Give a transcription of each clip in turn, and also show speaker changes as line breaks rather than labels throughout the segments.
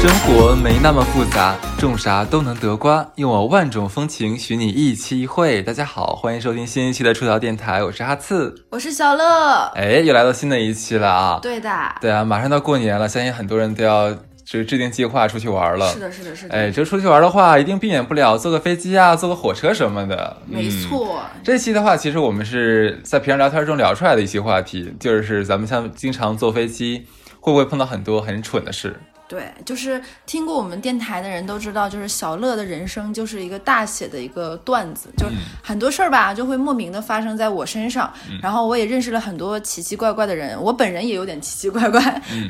生活没那么复杂，种啥都能得瓜。用我万种风情，许你一期一会。大家好，欢迎收听新一期的出逃电台，我是哈刺。
我是小乐。
哎，又来到新的一期了啊！
对的，
对啊，马上到过年了，相信很多人都要就是制定计划出去玩了。
是的，是的，是的，
哎，这出去玩的话，一定避免不了坐个飞机啊，坐个火车什么的。
没
嗯
错，
这期的话，其实我们是在平常聊天中聊出来的一些话题，就是咱们像经常坐飞机，会不会碰到很多很蠢的事？
对，就是听过我们电台的人都知道，就是小乐的人生就是一个大写的一个段子，就是很多事儿吧，就会莫名的发生在我身上。然后我也认识了很多奇奇怪怪的人，我本人也有点奇奇怪怪。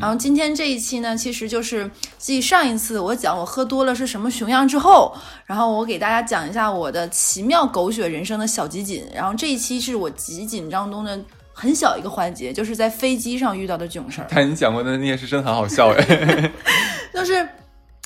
然后今天这一期呢，其实就是继上一次我讲我喝多了是什么熊样之后，然后我给大家讲一下我的奇妙狗血人生的小集锦。然后这一期是我集锦当中的很小一个环节，就是在飞机上遇到的囧事儿。
但你讲过的那些事真的很好笑 哎。
就是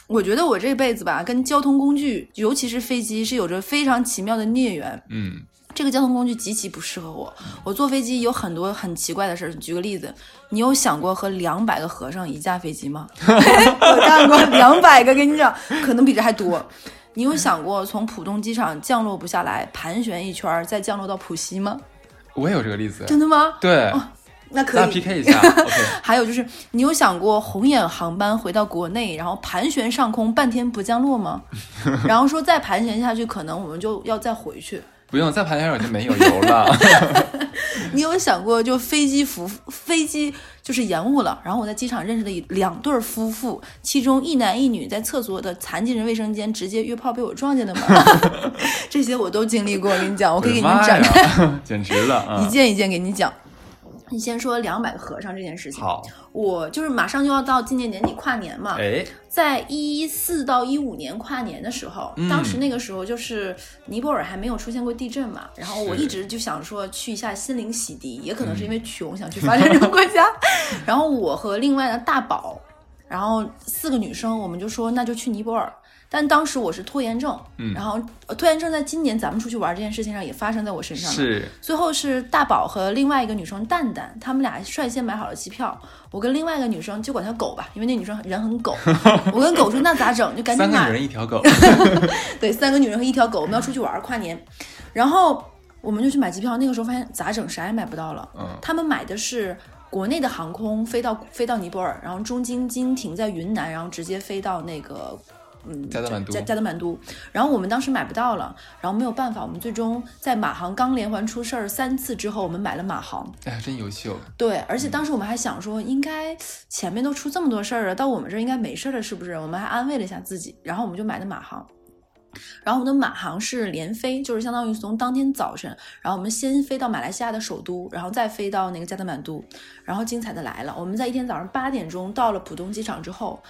我觉得我这辈子吧，跟交通工具，尤其是飞机，是有着非常奇妙的孽缘。
嗯，
这个交通工具极其不适合我。我坐飞机有很多很奇怪的事儿。举个例子，你有想过和两百个和尚一架飞机吗？ 我干过两百个，跟你讲，可能比这还多。你有想过从浦东机场降落不下来，盘旋一圈儿再降落到浦西吗？
我也有这个例子。
真的吗？
对，
那哦可以。
那 PK 一 下。OK，
还有就是，你有想过红眼航班回到国内，然后盘旋上空半天不降落吗？ 然后说再盘旋下去，可能我们就要再回去。
不用再盘旋会儿就没有油 了。
你有想过，就飞机服飞机就是延误了，然后我在机场认识了一两对儿夫妇，其中一男一女在厕所的残疾人卫生间直接约炮被我撞见的吗？ 这些我都经历过，我跟你讲，我
我
可
的
以给你们
妈
展开
哎呀， 简直了
一
啊！
件一件给你讲。你先说两百个和尚这件事情，
好，
我就是马上就要到今年年底跨年嘛，
哎，
在一四到一五年跨年的时候，
嗯
当时那个时候就是尼泊尔还没有出现过地震嘛，然后我
是嗯
一直就想说去一下心灵洗涤，也可能是因为穷、想去发展中国 家，然后我和另外的大宝，然后四个女生，我们就说那就去尼泊尔。但当时我是拖延症，
嗯
然后呃拖延症在今年咱们出去玩这件事情上也发生在我身上了。
是
最后是大宝和另外一个女生蛋蛋，他们俩率先买好了机票。我跟另外一个女生就管她狗吧，因为那女生人很 狗。我跟狗说那咋整？就赶紧
三个
买。
人一条 狗。
对，三个女人和一条狗，我们要出去玩儿跨年。然后我们就去买机票，那个时候发现咋整啥也买不到了。
嗯
他们买的是国内的航空飞到飞到尼泊尔，然后中经经停在云南，然后直接飞到那个。嗯，
加德满都
加加德满都，然后我们当时买不到了，然后没有办法，我们最终在马航刚连环出事儿三次之后，我们买了马航。
哎，真优秀。
对，而且当时我们还想说，应该前面都出这么多事儿了，到我们这儿应该没事儿了，是不是？我们还安慰了一下自己，然后我们就买的马航。然后我们的马航是连飞，就是相当于从当天早晨，然后我们先飞到马来西亚的首都，然后再飞到那个加德满都。然后精彩的来了，我们在一天早上八点钟到了浦东机场之后，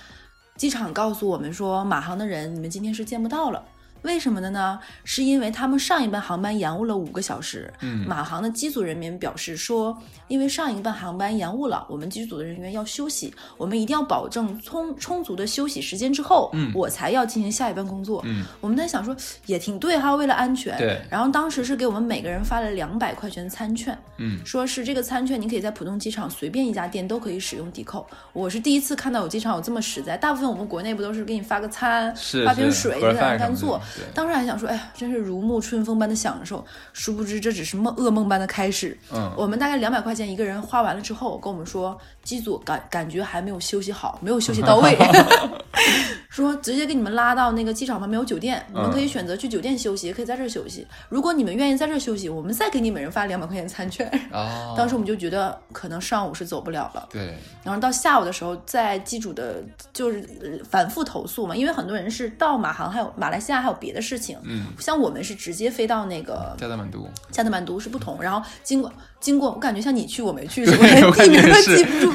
机场告诉我们说，马航的人你们今天是见不到了。为什么的呢？是因为他们上一班航班延误了五个小时。
嗯
马航的机组人员表示说，因为上一班航班延误了，我们机组的人员要休息，我们一定要保证充充足的休息时间之后，
嗯
我才要进行下一班工作。
嗯，
我们在想说，也挺对哈，为了安全。
对
然后当时是给我们每个人发了两百块钱餐券，
嗯，
说是这个餐券，你可以在浦东机场随便一家店都可以使用抵扣。我是第一次看到有机场有这么实在，大部分我们国内不都是给你发个餐，
是
发瓶
是
水，
盒
你在
饭
那干
什么
坐
的。对
当时还想说，哎呀，真是如沐春风般的享受。殊不知这只是梦噩梦般的开始。
嗯
我们大概两百块钱一个人花完了之后，跟我们说机组感感觉还没有休息好，没有休息到位，说直接给你们拉到那个机场旁边有酒店，你们可以选择去酒店休息，也可以在这儿休息。如果你们愿意在这儿休息，我们再给你每人发两百块钱餐券。
哦，
当时我们就觉得可能上午是走不了了，
对，
然后到下午的时候，在机主的就是呃反复投诉嘛，因为很多人是到马航还有马来西亚还有别的事情，
嗯，
像我们是直接飞到那个
加德满都。
加德满都是不同，然后经过经过，我感觉像你去我没去，
对
是吧连
我感
地名
觉
都
是
记不住。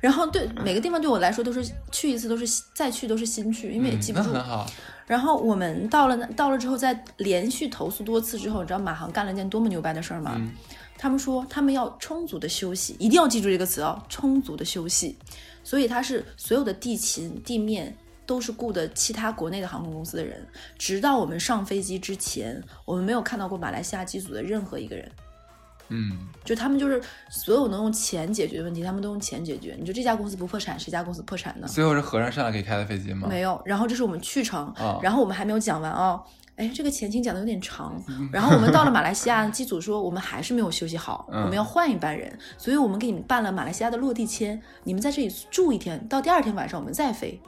然后对每个地方对我来说都是去一次都是新再去都是新去，因为也
嗯
记不
那
住。
很好，
然后我们到了那到了之后，在连续投诉多次之后，你知道马航干了件多么牛掰的事儿吗？
嗯
他们说他们要充足的休息，哦一定要记住这个词啊，充足的休息。所以它是所有的地勤、地面、都是雇的其他国内的航空公司的人，直到我们上飞机之前，我们没有看到过马来西亚机组的任何一个人。
嗯
就他们就是所有能用钱解决的问题，他们都用钱解决。你说这家公司不破产，谁家公司破产呢？
最后是和尚上来给开的飞机吗？
没有。然后这是我们去程，
啊
然后我们还没有讲完哦。哎，这个前情讲的有 点长。然后我们到了马来西亚，机组说我们还是没有休息好，
嗯
我们要换一班人，所以我们给你们办了马来西亚的落地签，你们在这里住一天，到第二天晚上我们 再飞。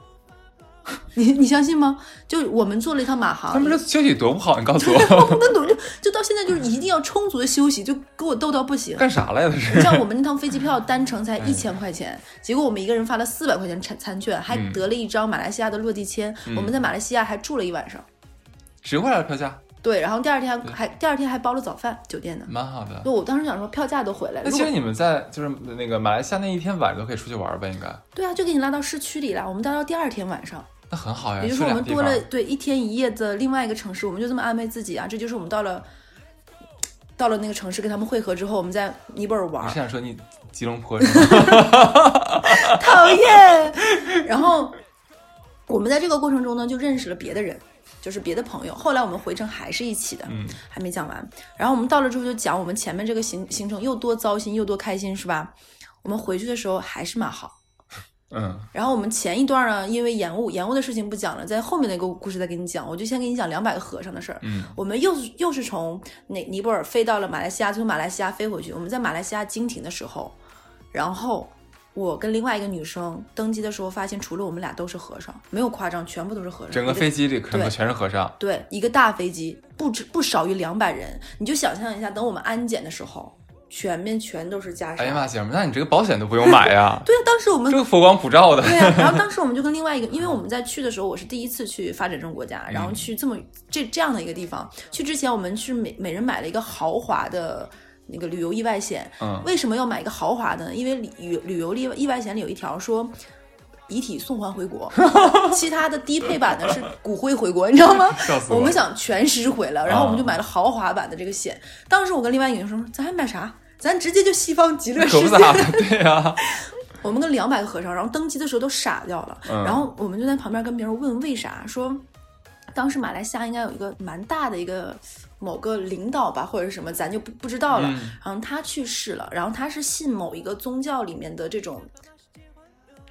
你你相信吗？就我们做了一趟马航，
他们这休息多不好，你告诉 我
那 我就就到现在就是一定要充足的休息，就给我逗到不行。
干啥来了这
你
是？
知道我们那趟飞机票单程才
嗯
一千块钱，结果我们一个人发了四百块钱餐餐券，还
嗯
得了一张马来西亚的落地签。我们在马来西亚还住了一晚上，
值回来了票价，
对，然后第二天还还第二天还包了早饭，酒店的。
蛮好的。
我当时想说票价都回来了，
嗯那
如
其
果
实你们在就是那个马来西亚那一天晚上都可以出去玩吧？应该
对啊，就给你拉到市区里了。我们待到第二天晚上，
那很好呀，
也
啊
就
去
是我
两个
们
地
多
方。
了对一天一夜的另外一个城市，我们就这么安慰自己啊，这就是我们到了到了那个城市跟他们会合之后，我们在尼泊尔玩
你是。想说你吉隆坡是 吗？
讨厌。然后我们在这个过程中呢，就认识了别的人，就是别的朋友。后来我们回程还是一起的，
嗯，
还没讲完。然后我们到了之后就讲我们前面这个行行程又多糟心又多开心，是吧？我们回去的时候还是马航。
嗯，
然后我们前一段呢，因为延误，延误的事情不讲了，在后面那个故事再给你讲。我就先给你讲两百个和尚的事儿。
嗯，
我们又是又是从那尼泊尔飞到了马来西亚，从马来西亚飞回去。我们在马来西亚经停的时候，然后我跟另外一个女生登机的时候，发现除了我们俩都是和尚，没有夸张，全部都是和尚。
整个
一
飞机里可能
对
全是和尚。
对一个大飞机，不止不少于两百人，你就想象一下，等我们安检的时候，全面全都是袈裟。，
哎呀妈，姐们儿，那你这个保险都不用买呀
对啊，当时我们
这个佛光普照的。
对 啊，然后当时我们就跟另外一个，因为我们在去的时候，我是第一次去发展中国家，
嗯
然后去这么这这样的一个地方。去之前，我们去每每人买了一个豪华的那个旅游意外险。
嗯
为什么要买一个豪华呢？因为旅旅游意意外险里有一条说。遗体送还回 国，其他的低配版的是骨灰回国，你知道吗？
笑 死
我
我
们
了！啊
想全尸回来，然后我们就买了豪华版的这个险。当时我跟另外一个女生说：“咱还买啥？咱直接就西方极乐世
可不
界。”
咋的，对呀，
我们跟两百个和尚，然后登机的时候都傻掉了，
嗯
然后我们就在旁边跟别人问为啥，说当时马来西亚应该有一个蛮大的一个某个领导吧，或者是什么，咱就不不知道了。
嗯
然后他去世了，然后他是信某一个宗教里面的这种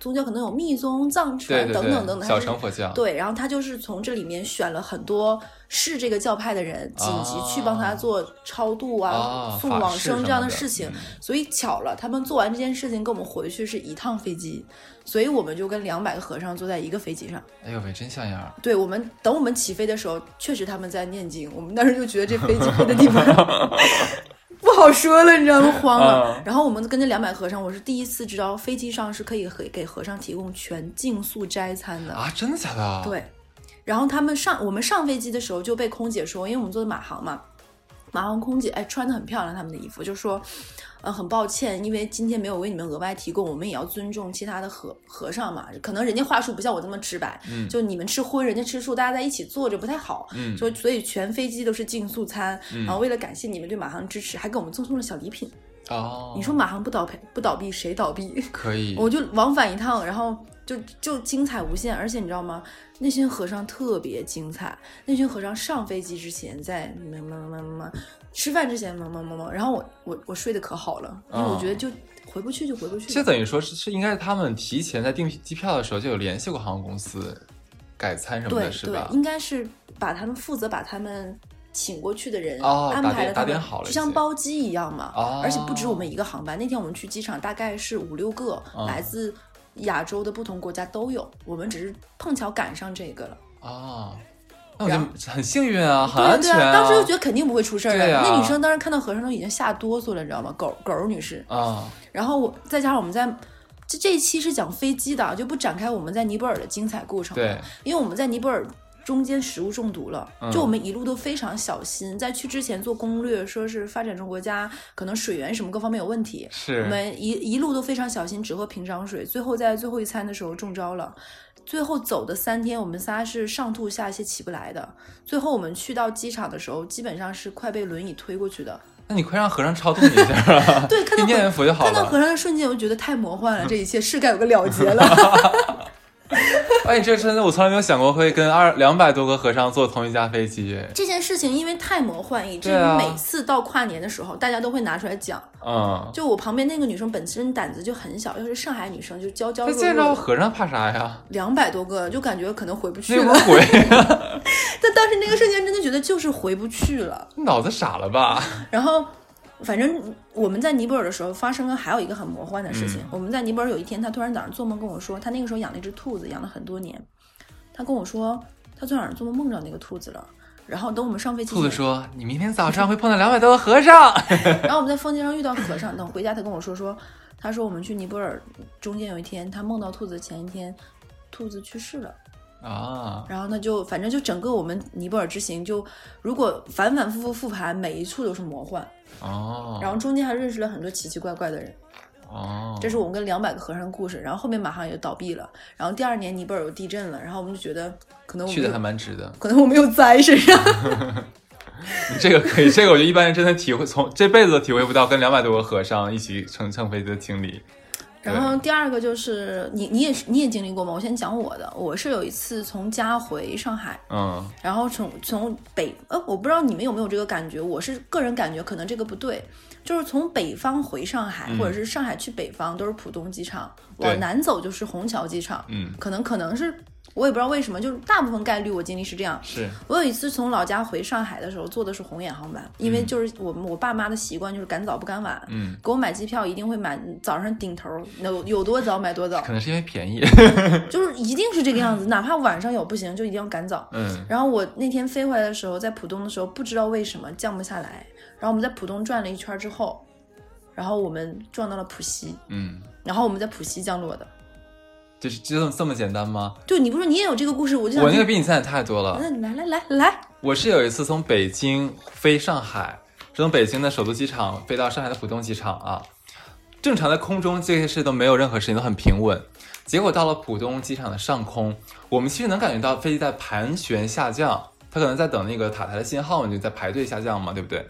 宗教，可能有密宗、藏
对
传
对
等等等等，
对，
他
小
是
乘佛教。
对，然后他就是从这里面选了很多是这个教派的人，紧急去帮他做超度啊、
啊
送
法
往
事
生
什
这样
么的
事情。
嗯
所以巧了，他们做完这件事情跟我们回去是一趟飞机，所以我们就跟两百个和尚坐在一个飞机上。
哎呦喂，真像样儿！
对我们等我们起飞的时候，确实他们在念经，我们当时就觉得这飞机飞的地方 不好说了，你知道吗？慌了
嗯。
然后我们跟着两百和尚，我是第一次知道飞机上是可以给给和尚提供全净素斋餐的。
啊，真的假的？，
对，然后他们上我们上飞机的时候就被空姐说，因为我们坐的马航嘛，马航空姐哎穿的很漂亮，他们的衣服就说，呃很抱歉，因为今天没有为你们额外提供，我们也要尊重其他的和和尚嘛，可能人家话术不像我这么直白，
嗯
就你们吃荤，人家吃素，大家在一起坐着不太好，
嗯
就所以全飞机都是净素餐，
嗯
然后为了感谢你们对马航支持，还给我们赠送了小礼品，
哦，
你说马航不倒赔不倒闭谁倒闭？
可以？
我就往返一趟，然后就就精彩无限。而且你知道吗？那群和尚特别精彩。那群和尚上飞机之前在么么么么么，吃饭之前么么么么，然后我我我睡得可好了，因为我
啊
觉得就回不去就回不去
这。等于说是是应该是他们提前在订机票的时候就有联系过航空公司改餐什么
对
的，是
对
吧，？
应该是把他们负责把他们。请过去的人、
哦
安
打
排
点
了
打
他
点
们，
好了
就
已
像
经
包机一样嘛。
哦
而且不止我们一个航班，那天我们去机场大概是五六个、
哦
来自亚洲的不同国家都有，我们只是碰巧赶上这个了。
啊，那我就很幸运啊，很
对啊
安
对
全
啊，当时就觉得肯定不会出事儿
对
的。
啊
那女生当时看到和尚都已经吓哆嗦了，你知道吗？狗狗儿女士。
啊，
然后我再加上我们在这这一期是讲飞机的，就不展开我们在尼泊尔的精彩过程了。
对，
因为我们在尼泊尔中间食物中毒了，
嗯
就我们一路都非常小心，在去之前做攻略，说是发展中国家可能水源什么各方面有问题，
是
我们一一路都非常小心，只喝平常水。最后在最后一餐的时候中招了。最后走的三天，我们仨是上吐下泻起不来的。最后我们去到机场的时候，基本上是快被轮椅推过 去的。
那你快让和尚超度你一下 啊！
对，看
你
到
念
和
念佛就好
看到
了。
和尚的瞬间，我就觉得太魔幻了，这一切是该有个了结了。
哎，这真的我从来没有想过会跟二两百多个和尚坐同一架飞机。
这件事情因为太魔幻，以至于
对啊
每次到跨年的时候，大家都会拿出来讲。
嗯，
就我旁边那个女生本身胆子就很小，要是上海女生就娇娇
他
弱
见着
弱的，
和尚怕啥呀？
两百多个就感觉可能回不去
那不
了。
是鬼，
但当时那个瞬间真的觉得就是回不去了。
脑子傻了吧？
然后，反正我们在尼泊尔的时候发生了还有一个很魔幻的事
嗯
情。我们在尼泊尔有一天，他突然早上做梦跟我说，他那个时候养了一只兔子，养了很多年。他跟我说，他昨天晚上做梦梦着那个兔子了。然后等我们上飞机前，
兔子说：“你明天早上会碰到两百多个和尚。
然后我们在风街上遇到和尚，等回家他跟我说说，他说我们去尼泊尔中间有一天，他梦到兔子前一天，兔子去世了。”
啊，
然后呢，就反正就整个我们尼泊尔之行就，如果反反复复复盘，每一处都是魔幻，
哦，
然后中间还认识了很多奇奇怪怪的人。
哦，
这是我们跟两百个和尚的故事，然后后面马上也就倒闭了，然后第二年尼泊尔有地震了，然后我们就觉得可能我
去
们
的还
有
蛮值的。
可能我们有灾身上，
你这个可以，这个我觉得一般人真的体会，从这辈子都体会不到跟两百多个和尚一起乘乘飞机的经历。
然后第二个就是你你也是你也经历过吗？我先讲我的，我是有一次从家回上海，
嗯
然后从从北呃，我不知道你们有没有这个感觉，我是个人感觉可能这个不对，就是从北方回上海，或者是上海去北方都是浦东机场，
嗯对
往南走就是虹桥机场，
嗯，
可能可能是我也不知道为什么，就是大部分概率我经历是这样。
是
我有一次从老家回上海的时候坐的是红眼航班，因为就是我们我爸妈的习惯就是赶早不赶晚，
嗯，
给我买机票一定会买早上顶头，有有多早买多早
可，能是因为便宜。
就是一定是这个样子，哪怕晚上有不行就一定要赶早。
嗯
然后我那天飞回来的时候，在浦东的时候，不知道为什么降不下来。然后我们在浦东转了一圈之后，然后我们撞到了浦西，
嗯，
然后我们在浦西降落的。
就是就这么这么简单吗？
对，你不是你也有这个故事，我就想
我那个比你惨太多了。
那来来来来，
我是有一次从北京飞上海，是从北京的首都机场飞到上海的浦东机场啊。正常的空中这些事都没有任何事情都很平稳，结果到了浦东机场的上空，我们其实能感觉到飞机在盘旋下降，它可能在等那个塔台的信号，你就在排队下降嘛，对不对？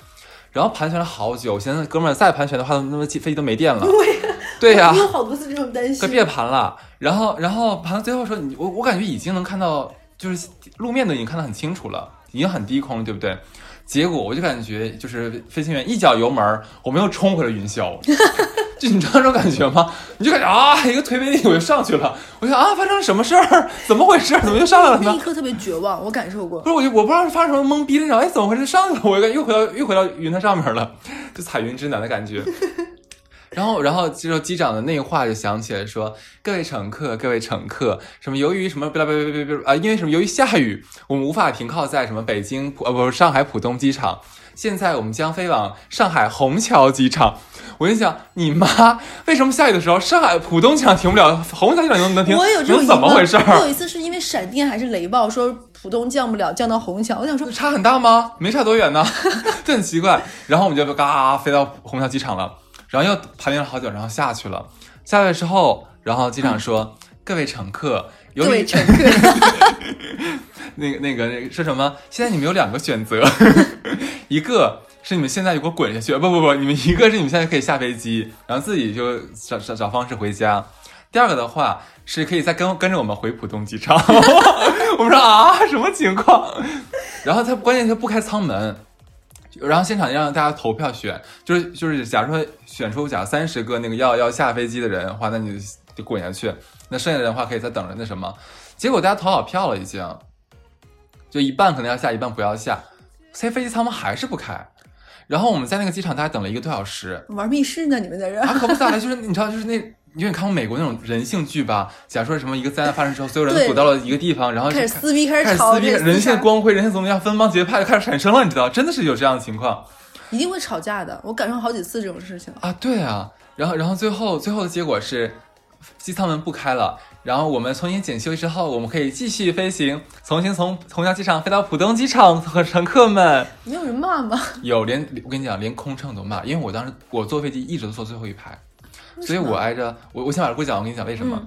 然后盘旋了好久，我寻思哥们儿再盘旋的话，那么机飞机都没电了。对呀、
我有好多次这种担
快
心。
别盘了。然后，然后盘到最后的时候，你我我感觉已经能看到，就是路面都已经看得很清楚了，已经很低空了，对不对？结果我就感觉，就是飞行员一脚油门儿，我们又冲回了云霄。就你知道那种感觉吗？你就感觉啊，一个推背力我就上去了，我就想啊，发生了什么事儿？怎么回事？怎么就上来了
那
呢
一？刻特别绝望，我感受过
不。是，我就我不知道是发生什么懵逼的那种，哎，怎么回事？上去了，我又又回到又回到云彩上面了， 就彩云之南的感觉。 然后，然后这时候机长的那话就响起来，说：“各位乘客，各位乘客，什么由于什么不啦不啦不啦不啦啊，因为什么由于下雨，我们无法停靠在什么北京浦呃不是上海浦东机场，现在我们将飞往上海虹桥机场。”我就想，你妈，为什么下雨的时候上海浦东机场停不了，虹桥机场能能停？
我有这种
能
疑
怎么
问
回事儿？
我有一次是因为闪电还是雷暴，说浦东降不了，降到虹桥。我想说，
差很大吗？没差多远呢， 这很奇怪。然后我们就嘎啊飞到虹桥机场了，然后又盘旋了好久，然后下去了。下来之后，然后机长说：“ 各位乘客，由
各位
于
乘客，
那个那个那个说什么？现在你们有两个选择， 一个是你们现在就给我滚下去，呃不不不，你们一个是你们现在可以下飞机，然后自己就找找找方式回家；第二个的话是可以再跟跟着我们回浦东机场。 我们说啊，什么情况？ 然后他关键他不开舱门。然后现场让大家投票选，就是就是，假如说选出假三十个那个要要下飞机的人的话，那你就滚下去；那剩下的人的话可以再等着那什么。结果大家投好票了，已经，就一半可能要下，一半不要下，所以飞机舱门还是不开。然后我们在那个机场大概等了一个多小时，
玩密室呢？你们在这
啊，
儿？
可不咋的，就是你知道，就是那，因为你看过美国那种人性剧吧？假如说什么一个灾难发生之后，所有人
对
躲到了一个地方，然后就
开始撕逼，开
开
始
始
吵，
撕逼，
开始
人性
撕
的
杀
光辉、人性怎么样，分帮结派就开始产生了，你知道，真的是有这样的情况
一定会吵架的。我赶上好几次这种事情。
啊，对啊。然后，然后最后最后的结果是，机舱门不开了。然后我们重新检修之后，我们可以继续飞行，重新从虹桥机场飞到浦东机场和乘客们。
没有人 骂吗？
有连我跟你讲，连空乘都骂，因为我当时我坐飞机一直都坐最后一排，所以我挨着我我先把故事讲完，我跟你讲为什么。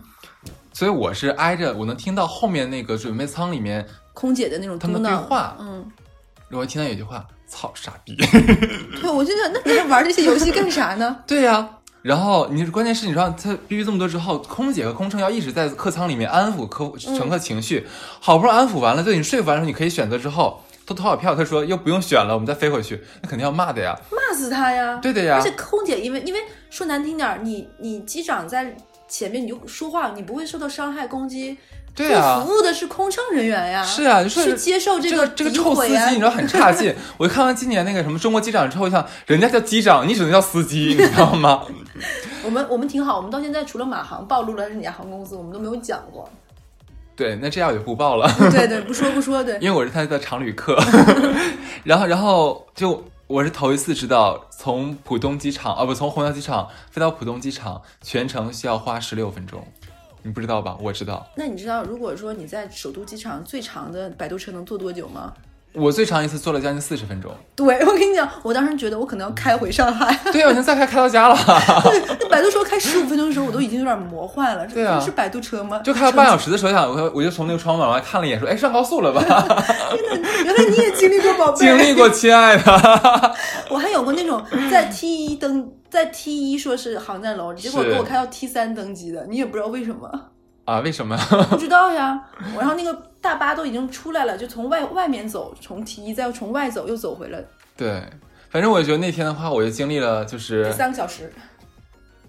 所以我是挨着，我能听到后面那个准备舱里面，
空姐的那种
他
嘟
们的对
囔。
话，
嗯，
我听到有一句话：“操，傻逼。 ”
对，我就想，那你玩这些游戏干啥呢
对呀、然后你关键是你让他逼逼这么多之后，空姐和空乘要一直在客舱里面安抚客乘客情绪，好不容易安抚完了，对你说服完了，你可以选择之后。都投好票，他说又不用选了，我们再飞回去，那肯定要骂的呀。
骂死他呀！
对啊的呀
而且空姐，因为因为说难听点儿，你你机长在前面，你就说话，你不会受到伤害攻击。
对呀
服务的是空乘人员呀。
是啊，就
去
是
接受
这
个
这个
诋
臭司
毁
机，
啊
你知道很差劲。我看完今年那个什么中国机长之后，我想人家叫机长，你只能叫司机，你知道吗？
我们我们挺好，我们到现在除了马航暴露了是哪家航空公司，我们都没有讲 过。
对，那这样我就不报了。
对对，不说不 说，对，
因为我是他的常旅客， 然后然后就我是头一次知道，从浦东机场啊不从虹桥机场飞到浦东机场，全程需要花十六分钟，你不知道吧？我知道，
那你知道，如果说你在首都机场最长的摆渡车能坐多久吗？
我最长一次坐了将近四十分钟。
对，我跟你讲，我当时觉得我可能要开回上海。
对啊，我已经再开开到家了，
那摆渡车开十五分钟的时候，我都已经有点魔幻了。这
对啊
这是摆渡车吗？
就开了半小时的时候，想我我就从那个窗户往外看了一眼，说哎上高速了 吧？
原来你也经历过宝贝，
经历过，亲爱的，
我还有过那种在 T 一登，在 T 一说是航站楼，结果
是
给我开到 T 三登机的，你也不知道为什么，
啊为什么？
不知道呀。然后那个大巴都已经出来了，就从外外面走，从 T 一再从外走，又走回了
对。反正我觉得那天的话，我就经历了就是
三个小时。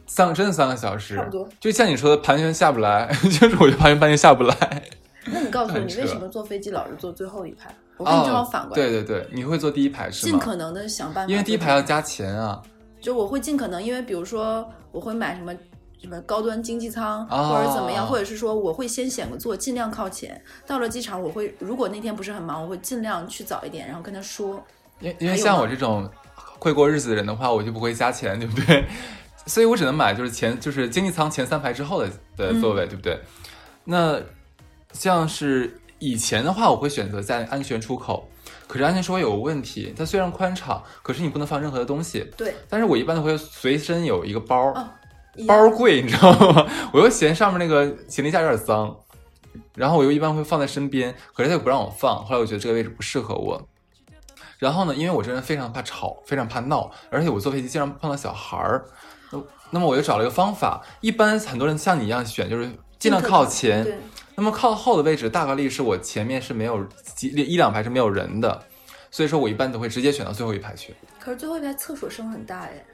三个真的三个小时，
差不多
就像你说的，盘旋下不来， 就是我就盘旋半天下不来。
那你告诉我，
很
你
扯哦
为什么坐飞机老是坐最后一排？我跟你正好反过来，
对对对，你会坐第一排是
尽
吗？
可能的想办法，
因为第一排要加钱啊。
就我会尽可能，因为比如说我会买什么什么高端经济舱，
哦
或者怎么样，或者是说我会先选个座，尽量靠前。到了机场，我会如果那天不是很忙，我会尽量去早一点，然后跟他说。
因为因为
还有
像
吗
我这种会过日子的人的话，我就不会加钱，对不对？ 所以我只能买就是前就是经济舱前三排之后的的座
嗯
位，对不对？那像是以前的话，我会选择在安全出口。可是安全出口有个问题，它虽然宽敞，可是你不能放任何的东西。
对，
但是我一般都会随身有一个包，
哦一样
包贵，你知道吗？ 我又嫌上面那个行李架有点脏，然后我又一般会放在身边，可是他又不让我放。后来我觉得这个位置不适合我。然后呢，因为我这人非常怕吵，非常怕闹，而且我坐飞机经常碰到小孩儿，那那么我就找了一个方法。一般很多人像你一样选，就是尽量靠前，
嗯对，
那么靠后的位置，大概率是我前面是没有几一两排是没有人的，所以说我一般都会直接选到最后一排去。
可是最后一排厕所声很大哎。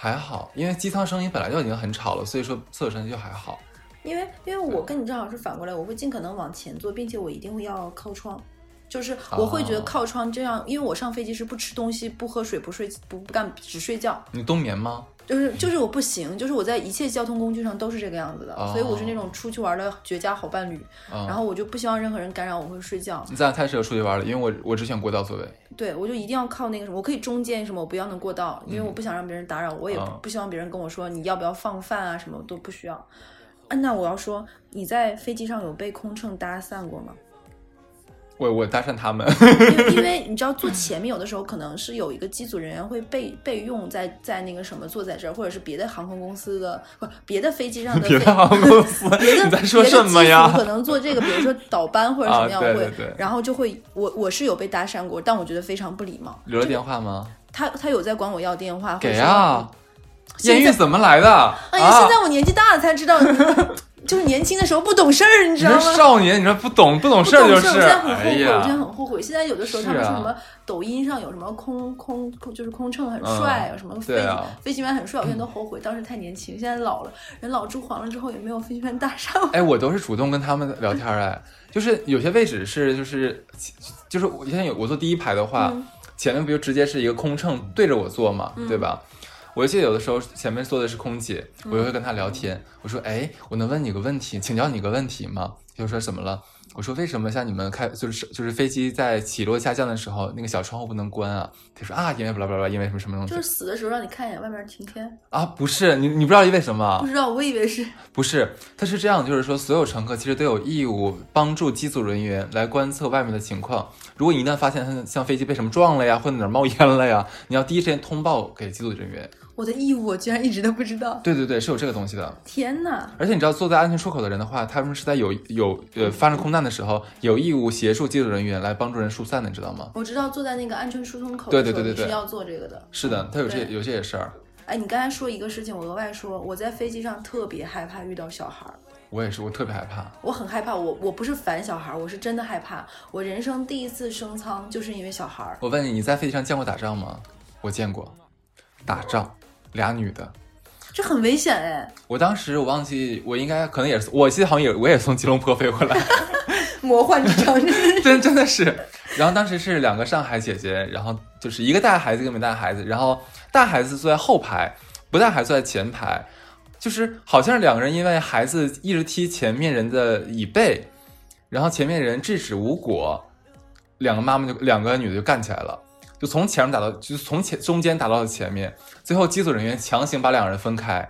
还好，因为机舱声音本来就已经很吵了，所以说厕所声音就还好。
因为因为我跟你正好是反过来，我会尽可能往前坐，并且我一定会要靠窗，就是我会觉得
哦
靠窗这样，因为我上飞机是不吃东西、不喝水、不睡、不不干，只睡觉，
你冬眠吗？
就是就是我不行，就是我在一切交通工具上都是这个样子的，
哦
所以我是那种出去玩的绝佳好伴侣。
嗯
然后我就不希望任何人干扰我或者睡觉，
你咱俩太适合出去玩了，因为我我只选国道座位。
对我就一定要靠那个什么，我可以中间什么，我不要能过道，因为
嗯
我不想让别人打扰，我也
啊
不不希望别人跟我说你要不要放饭啊什么都不需要。啊，那我要说你在飞机上有被空乘搭讪过吗？
我我搭讪他们，
因为因为你知道坐前面有的时候可能是有一个机组人员会备备用在在那个什么坐在这儿，或者是别的航空公司的不别的飞机上的
别
飞
的航空公 司，
别的
你在说什么
别的机组
呀？
可能做这个，比如说倒班或者什么样
啊对
会，
对对
然后就会我我是有被搭讪过，但我觉得非常不礼貌。
留了电话吗？
他他有在管我要电话，或者
给
是
啊！
现在
艳遇怎么来的？
哎呀，现
啊，
在我年纪大了才知道， 就是年轻的时候不懂事儿，你
你
知道
这
吗？
少年，你这不懂不懂
不
事儿
懂
就
事儿，
是
我现在很后
哎
悔，我真的
呀，
很后悔。现在有的时候他们
是
说
啊
什么抖音上有什么空空空，就是空乘很帅，
嗯
有什么
对
飞
啊
飞行员很帅，我现在都后悔，当时太年轻，现在老了，人老珠黄了之后也没有飞行员搭讪我。
哎，我都是主动跟他们聊天儿哎，就是有些位置是就是就是我现在有我坐第一排的话，
嗯
前面不就直接是一个空乘对着我坐嘛，对吧？我记得有的时候前面坐的是空姐，我就会跟她
嗯
聊天，我说：“哎，我能问你个问题，请教你个问题吗？”她就说什么了？我说：“为什么像你们开就是就是飞机在起落下降的时候，那个小窗户不能关啊？”她说：“啊，因为巴拉巴拉巴拉，因为什么什么东
就
西
是死的时候让你看一眼外面晴天，
啊？不是你你不知道因为什么啊？
不知道，我以为是
不是，它是这样，就是说，所有乘客其实都有义务帮助机组人员来观测外面的情况。如果你一旦发现它像飞机被什么撞了呀，或者哪儿冒烟了呀，你要第一时间通报给机组人员。
我的义务，我居然一直都不知道。
对对对，是有这个东西的。
天哪！
而且你知道，坐在安全出口的人的话，他们是在有有呃发生空难的时候，有义务协助机组人员来帮助人疏散的，你知道吗？
我知道坐在那个安全疏通口
对对
的时候
对对
你是
对
要做这个的。
是的，他有这
对
有这些事儿。
哎，你刚才说一个事情，我额外说，我在飞机上特别害怕遇到小孩儿。
我也是，我特别害怕。
我很害怕，我我不是烦小孩儿，我是真的害怕。我人生第一次升舱就是因为小孩儿。
我问你，你在飞机上见过打仗吗？我见过，打仗，俩女的。
这很危险哎！
我当时我忘记，我应该可能也是，我记得好像也我也从吉隆坡飞回来，
魔幻之 城，
真真的是。然后当时是两个上海姐姐，然后就是一个带孩子，一个没带孩子，然后带孩子坐在后排，不带孩子坐在前排，就是好像是两个人因为孩子一直踢前面人的椅背，然后前面人制止无果，两个妈妈就两个女的就干起来了。就从前面打到，就是从前中间打到了前面，最后机组人员强行把两人分开。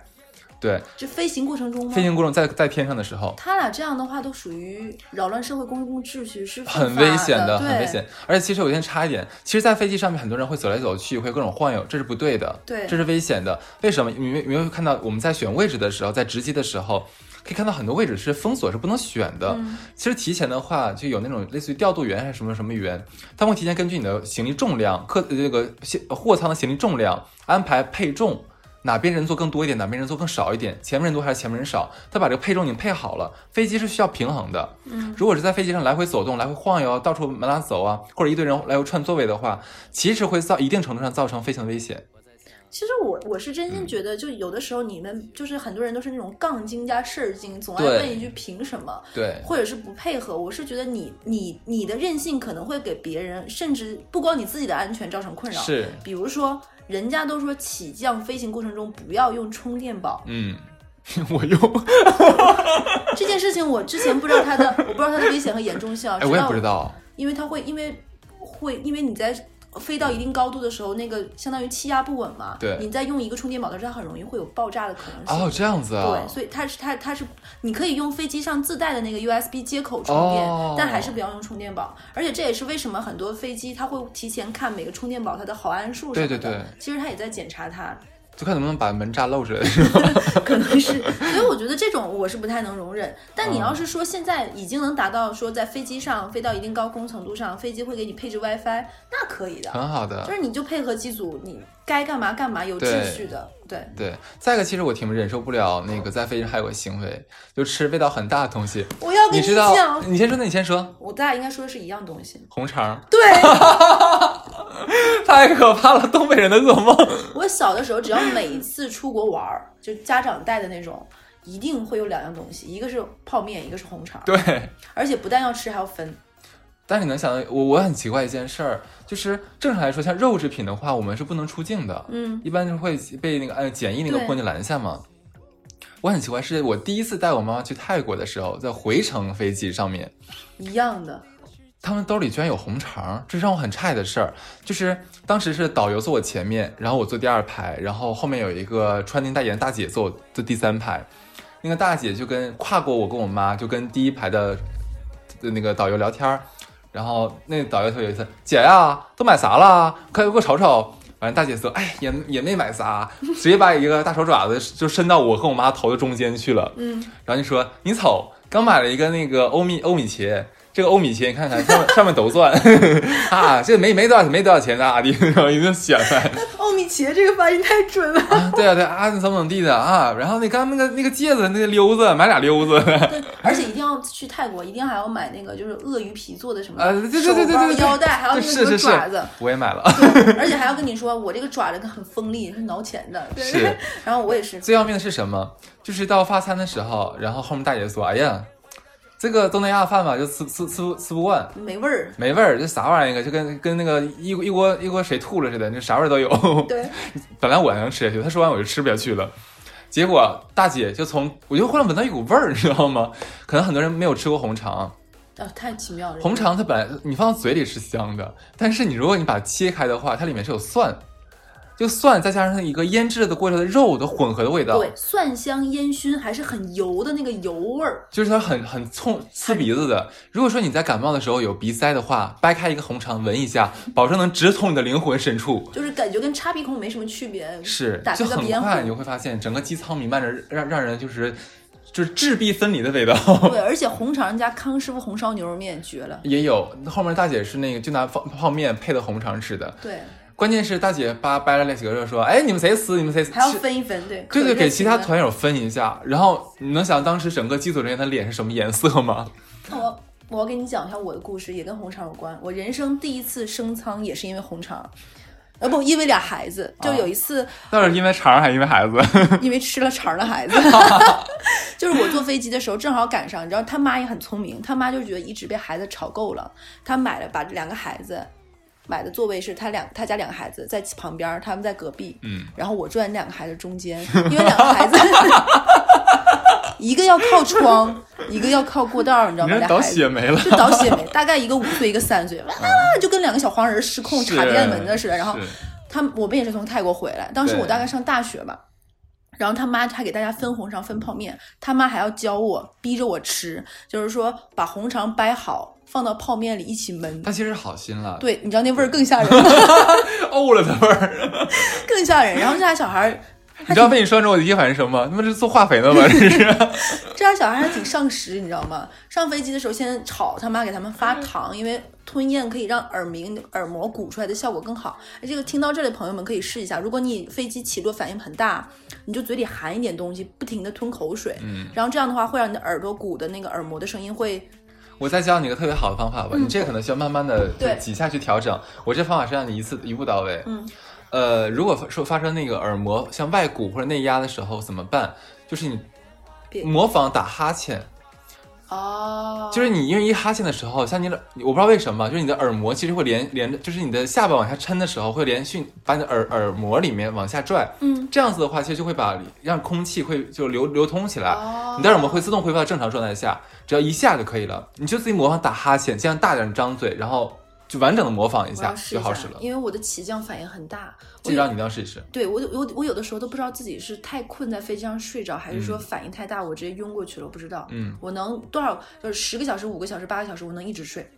对，
这飞行过程中吗？
飞行过程在在天上的时候，
他俩这样的话都属于扰乱社会公共秩序，是
很危险
的，
很危险。而且其实我先插一点，其实，在飞机上面很多人会走来走去，会各种晃悠，这是不对的，
对，
这是危险的。为什么？你没没有看到我们在选位置的时候，在值机的时候，可以看到很多位置是封锁，是不能选的。
嗯
其实提前的话，就有那种类似于调度员还是什么什么员，他们会提前根据你的行李重量、客呃这个行货舱的行李重量安排配重，哪边人坐更多一点，哪边人坐更少一点，前面人多还是前面人少，他把这个配重已经配好了。飞机是需要平衡的，
嗯，
如果是在飞机上来回走动、来回晃悠、到处满哪走啊，或者一堆人来回串座位的话，其实会造一定程度上造成飞行的危险。
其实我我是
嗯
真心觉得，就有的时候你们就是很多人都是那种杠精加事儿精，总爱
对
问一句凭什么，
对，
或者是不配合。我是觉得你你你的任性可能会给别人，甚至不光你自己的安全造成困扰。，
是，
比如说人家都说起降飞行过程中不要用充电宝，
嗯， 我又
这件事情我之前不知道它的，我不知道它的危险和严重性啊。
哎，我也不知，道，
因为它会，因为会，因为你在飞到一定高度的时候，那个相当于气压不稳嘛。
对
你在用一个充电宝的时候，它很容易会有爆炸的可能性。
哦，这样子啊，
对，所以它是它它是你可以用飞机上自带的那个 USB 接口充电，
哦
但还是不要用充电宝。而且这也是为什么很多飞机它会提前看每个充电宝它的毫安数什么
对
的。
对对，
其实它也在检查它，
就看能不能把门栅露出来。
可能是，所以我觉得这种我是不太能容忍。但
嗯
你要是说现在已经能达到说在飞机上飞到一定高空程度上，飞机会给你配置 WiFi，那可以的，
很好
就
的。
是你就配合机组，你该干嘛干嘛，有秩序的。对，
对，再一个，其实我挺忍受不了那个在飞机上还有个行为，就吃味道很大的东 西。
我要跟
你知道，
讲，
你先说，那你先说，
我咱俩应该说的是一样东西。
红肠
对
太可怕了，东北人的噩梦。
我小的时候，只要每一次出国玩儿，就家长带的那种。一定会有两样东西，一个是泡面，一个是红肠，
对，
而且不但要吃，还要分。
但是你能想到，我我很奇怪一件事儿，就是正常来说，像肉制品的话，我们是不能出境的，
嗯，
一般是会被那个呃检疫那个
对
过境拦下嘛。我很奇怪，是我第一次带我妈妈去泰国的时候，在回程飞机上面，
一样的。
他们兜里居然有红肠，这是让我很诧异的事儿。就是当时是导游坐我前面，然后我坐第二排，然后后面有一个穿金戴银的大姐坐我坐第三排，那个大姐就跟跨过我跟我妈，就跟第一排的的那个导游聊天儿，然后那导游特有意思，姐呀、都买啥了？快给我瞅瞅。反正大姐说，哎，也也没买啥，直接把一个大手爪子就伸到我和我妈头的中间去了。
嗯，
然后就说：“你瞅，刚买了一个那个欧米欧米茄，这个欧米茄你看看上面上面都钻 啊，这没没多少没多少钱的啊， 你然后一顿显摆
欧米茄这个发音太准了。
啊，对啊对啊，怎么怎么地的啊，然后那刚那个那个戒指那个溜子买俩溜子，
而且一定要去泰国，一定还要买那个就是鳄鱼皮做的什么
啊对对对对对对
手包
对
腰带，还要那
是
个
是是
爪子，
我也买了。
对，而且还要跟你说，我这个爪子很锋利，是挠钱的。对
是，
然后我也是，
最要命的是什么？就是到发餐的时候，然后后面大姐说：哎呀，这个东南亚饭吧，就吃吃吃不吃不惯。”
没味儿。
没味儿，这啥玩意儿一个，就跟跟那个一一锅一锅谁吐了似的，那啥味儿都有。
对，
本来我还能吃下去，他说完我就吃不下去了。结果大姐就从我就忽然闻到一股味儿，你知道吗？可能很多人没有吃过红肠，
啊，太奇妙了。
红肠它本来你放到嘴里是香的，但是你如果你把它切开的话，它里面是有蒜，就蒜再加上一个腌制的过程的肉的混合的味道，
对，蒜香烟熏，还是很油的那个油味儿。
就是它很很冲刺鼻子的。如果说你在感冒的时候有鼻塞的话，掰开一个红肠闻一下，保证能直通你的灵魂深处。
就是感觉跟插鼻孔没什么区别，
是
打，开
就
个
很
鼻烟
快
壶
你。会发现整个机舱弥漫着让让人就是就是质壁分离的味道。
对，而且红肠加康师傅红烧牛肉面绝了。
也有后面大姐是那个就拿泡泡面配的红肠吃的，
对，
关键是大姐叭掰了两几个热说，哎，你们谁撕？你们谁撕？
还要分一分，对，
对对，
可热
给其他
情了
团友分一下。然后你能想当时整个机组人员的脸是什么颜色吗？
我我给你讲一下我的故事，也跟红肠有关。我人生第一次升舱也是因为红肠，呃不，因为俩孩子。就有一次
到底是因为肠儿还是因为孩子？
因为吃了肠儿 的孩子，就是我坐飞机的时候正好赶上，你知道他妈也很聪明，他妈就觉得一直被孩子吵够了，他买了把两个孩子。买的座位是他两他家两个孩子在旁边儿，他们在隔壁，
嗯，
然后我坐在两个孩子中间，因为两个孩子 一个要靠窗，一个要靠过道儿，你知道
你
吗？
这
俩
倒
孩子
血嗯霉了。
就倒血霉，大概一个五岁，一个三岁，哇，啊就跟两个小黄人失控
是
插电蚊子似的。然后
是
他们我们也是从泰国回来，当时
对
我大概上大学吧。然后他妈还给大家分红肠、分泡面，他妈还要教我，逼着我吃，就是说把红肠掰好，放到泡面里一起焖。
他其实是好心了，
对，你知道那味儿更吓人，
呕了的味儿。
更吓人。然后这俩小孩儿
你知道被你拴着我的第一反应是什么吗？他妈是做化肥的 吗？这是。
这俩小孩还挺上食，你知道吗？上飞机的时候先吵他妈给他们发糖，因为吞咽可以让耳鸣、耳膜鼓出来的效果更好。哎这个听到这里的朋友们可以试一下，如果你飞机起落反应很大，你就嘴里含一点东西，不停的吞口水，
嗯，
然后这样的话会让你的耳朵鼓的那个耳膜的声音会
我再教你一个特别好的方法吧，你这可能需要慢慢的
嗯对
几下去调整。我这方法是让你一次一步到位。
嗯，
呃，如果说发生那个耳膜像外鼓或者内压的时候怎么办？就是
别
你模仿打哈欠，
哦，
就是你因为一哈欠的时候，像你的我不知道为什么，就是你的耳膜其实会连连着，就是你的下巴往下抻的时候会连续把你的耳耳膜里面往下拽。
嗯，
这样子的话，其实就会把让空气会就流流通起来。
哦
你的耳膜会自动恢复到正常状态下，只要一下就可以了。你就自己模仿打哈欠，尽量大点张嘴，然后就完整的模仿一
我
下
要试
就
一下
好使了。
因为我的起降反应很大，我
这
有
招你一定要试一试。
对我有我我有的时候都不知道自己是太困在飞机上睡着，还是说反应太大，我直接晕过去了，我不知道。
嗯，
我能多少就是十个小时、五个小时、八个小时，我能一直睡。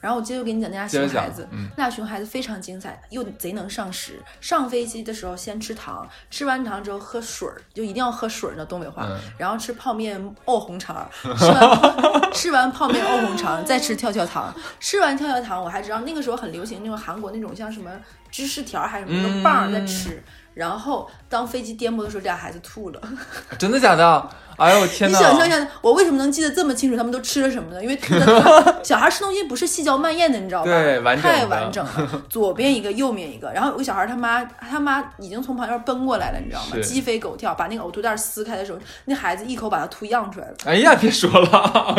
然后我接着给你讲那俩
接着
熊
讲
孩子，
嗯
那俩熊孩子非常精彩，又贼能上食。上飞机的时候先吃糖，吃完糖之后喝水儿，就一定要喝水儿呢，东北话。
嗯
然后吃泡面沤红肠，吃完吃完泡 面沤红肠，再吃跳跳糖。吃完跳跳糖，我还知道那个时候很流行那种韩国那种像什么芝士条儿还是什么那个棒儿
嗯
在吃。然后当飞机颠簸的时候，这俩孩子吐了。
真的假的？哎呦我 天
你
哪！
想象一下，我为什么能记得这么清楚？他们都吃了什么呢？因为吐的小孩吃东西不是细嚼慢咽的，你知道吧？
对完整的
太完整 了，左边一个，右边一个。然后有个小孩他妈他妈已经从旁边奔过来了，你知道吗？
是
鸡飞狗跳，把那个呕吐袋撕开的时候，那孩子一口把它吐漾出来了。
哎呀，别说了，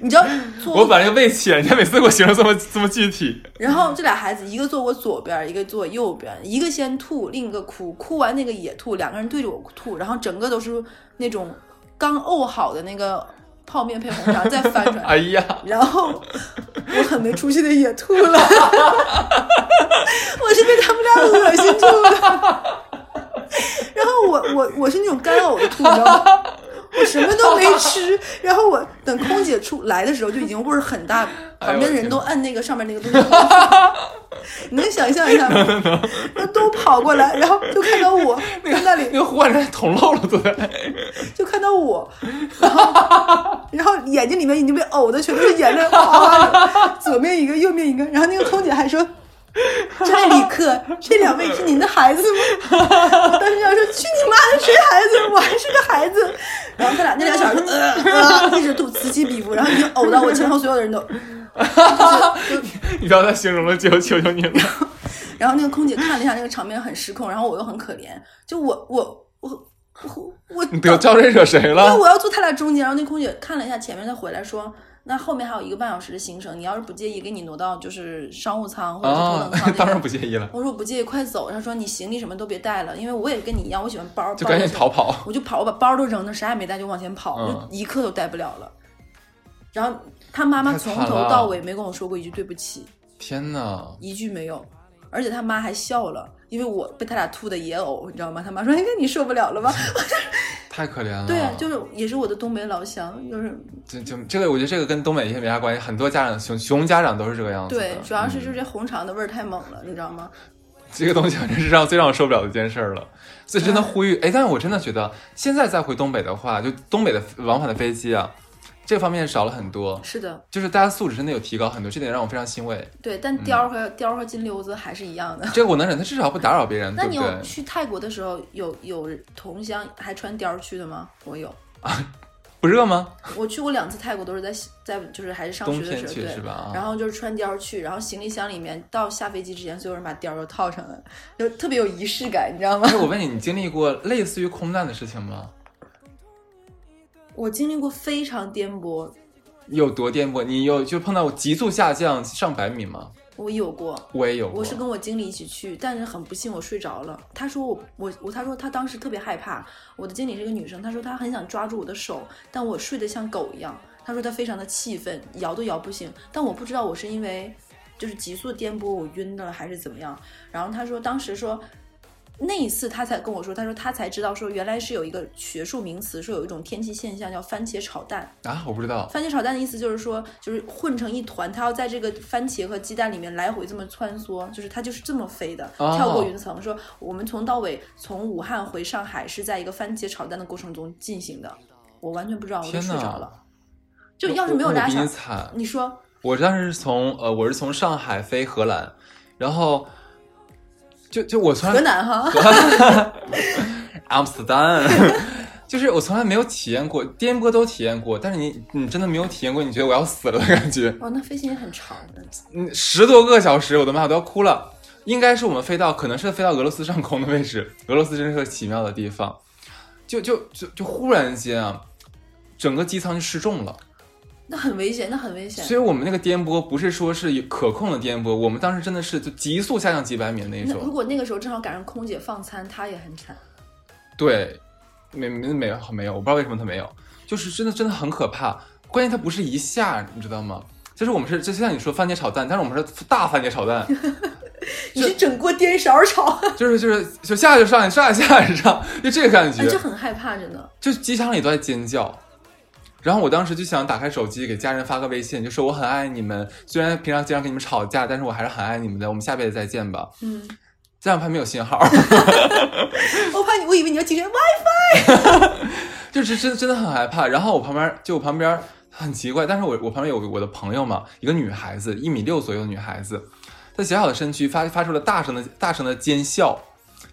你 知道，坐
我把这个胃气，人家每次给我形容这么这么具体。
然后这俩孩子，一个坐我左边，一个坐我右边，一个先吐，另一个哭，哭完那个也吐，两个人对着我吐，然后整个都是那种刚沤好的那个泡面配红肠再翻 出来，
哎呀，
然后我很没出息的也吐了， 我是被他们俩恶心住的。然后我我我是那种干呕的吐，你知道吗？我什么都没吃，然后我等空姐出来的时候就已经味儿很大，
哎呦
旁边人都
我
按那个上面那个东西。你能想象一下吗？然后都跑过来，然后就看到我在那里
那，个胡管人捅漏了，对不对？
就看到我， 然后然后眼睛里面已经被呕的全都是眼泪，哗哗的，左面一个，右面一个。然后那个空姐还说：“ 这位旅客，这两位是您的孩子吗？”我当时要说：“去你妈的，谁孩子？我还是个孩子。”然后他俩那俩小孩就呃呃一直吐，此起彼伏，然后已经呕到我前后所有的人都。就就
你不要再形容了，姐，我求求你了。
然后那个空姐看了一下那个场面很失控，然后我又很可怜，就我我我我我
你得招谁惹谁
因为
了？
我要坐他俩中间，然后那空姐看了一下前面，再回来说，那后面还有一个半小时的行程，你要是不介意，给你挪到就是商务舱或者是头
啊
等舱、那，个
当然不介意了，
我说我不介意，快走。他说你行李什么都别带了，因为我也跟你一样，我喜欢包，
就赶紧
包
逃跑。
我就跑，我把包都扔那，啥也没带，就往前跑，
嗯
就一刻都待不了了。然后他妈妈
太
从
惨
头
了
到尾没跟我说过一句对不起，
天哪！
一句没有，而且他妈还笑了，因为我被他俩吐的也呕，你知道吗？他妈说：“哎，你受不了了吧？”
太可怜了。
对啊，就是也是我的东北老乡，就是
这就这个，我觉得这个跟东北也没啥关系，很多家长熊熊家长都是这个样子的。嗯
对，主要是就是这红肠的味儿太猛了，你知道吗？
这个东西，反正是让最让我受不了的一件事儿了。所以真的呼吁，哎，但是我真的觉得现在再回东北的话，就东北的往返的飞机啊，这方面少了很多，
是的，
就是大家素质真的有提高很多，这点让我非常欣慰。
对，但貂儿和貂儿和金溜子还是一样的。
这个我能忍，他至少不打扰别人，
那
嗯对不
你有
对？
去泰国的时候，有有同乡还穿貂儿去的吗？我有，
不热吗？
我去过两次泰国，都是在在就是还是上
冬
学的
天
时候，
去是
对。
吧？啊
然后就是穿貂儿去，然后行李箱里面到下飞机之前，所有人把貂儿都套上了，就特别有仪式感，你知道吗？
哎那我问你，你经历过类似于空难的事情吗？
我经历过非常颠簸，
有多颠簸？你有就碰到急速下降上百米吗？
我有过，
我也有过。
我是跟我经理一起去，但是很不幸我睡着了。他说我我我，他说他当时特别害怕。我的经理是个女生，她说她很想抓住我的手，但我睡得像狗一样。她说她非常的气愤，摇都摇不醒。但我不知道我是因为就是急速颠簸我晕了还是怎么样。然后她说当时说。那一次，她才跟我说，她说她才知道，说原来是有一个学术名词，说有一种天气现象叫番茄炒蛋。
啊，我不知道。
番茄炒蛋的意思就是说，就是混成一团，它要在这个番茄和鸡蛋里面来回这么穿梭，就是它就是这么飞的，
哦
跳过云层。说我们从到尾从武汉回上海是在一个番茄炒蛋的过程中进行的，我完全不知道，我就
天
睡
哪
着了。就要是没有
我我
拉
比
小
你，惨。
你说
我当时是从呃，我是从上海飞荷兰，然后就就我从来
河南哈，
阿姆斯特丹， 就是我从来没有体验过颠簸，都体验过，但是你你真的没有体验过，你觉得我要死了的感觉。
哦，那飞行也很长的，
嗯，十多个小时，我的妈，我都要哭了。应该是我们飞到，可能是飞到俄罗斯上空的位置。俄罗斯真是个奇妙的地方，就就就就忽然间啊，整个机舱就失重了。
那很危险，那很危险。
所以我们那个颠簸不是说是有可控的颠簸，我们当时真的是就急速下降几百米的那
那如
种。
果那个时候正好赶上空姐放餐，她也很惨。
对，没没没有没有，我不知道为什么它没有，就是真的真的很可怕。关键它不是一下，你知道吗？就是我们是就像你说番茄炒蛋，但是我们是大番茄炒蛋，
你是整锅颠勺炒，
就是就是就下就上，上下就上，就这个感觉
哎，。这很害怕，真的。
就机场里都在尖叫。然后我当时就想打开手机给家人发个微信，就说我很爱你们，虽然平常经常跟你们吵架，但是我还是很爱你们的，我们下辈子再见吧。
嗯，
这两拍没有信号，
我怕你，我以为你要提前哇，
就是真真的很害怕。然后我旁边就我旁边很奇怪，但是我我旁边有我的朋友嘛，一个女孩子，一米六左右的女孩子，她小小的身躯发发出了大声的大声的尖笑，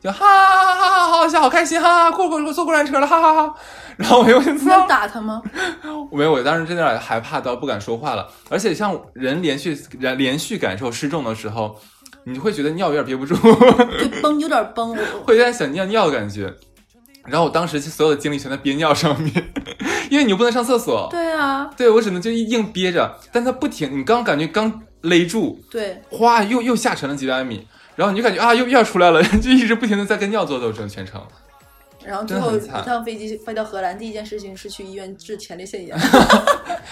就哈哈哈哈哈哈，好笑，好开心，哈哈，过过坐过山车了，哈哈哈。然后我又
你要打他吗？
没有，我当时真的有点害怕到不敢说话了。而且像人连续人连续感受失重的时候，你会觉得尿有点憋不住，
就崩，有点崩。我
会有点想尿尿的感觉。然后我当时所有的精力全在憋尿上面， 因为你又不能上厕所。
对啊，
对，我只能就硬憋着，但它不停，你刚感觉刚勒住，
对，
哗，又又下沉了几百米，然后你就感觉啊，又又要出来了， 就一直不停的在跟尿做斗争，全程。
然后最
真的
后
很
一
惨
趟飞机飞到荷兰，第一件事情是去医院治前列 腺炎。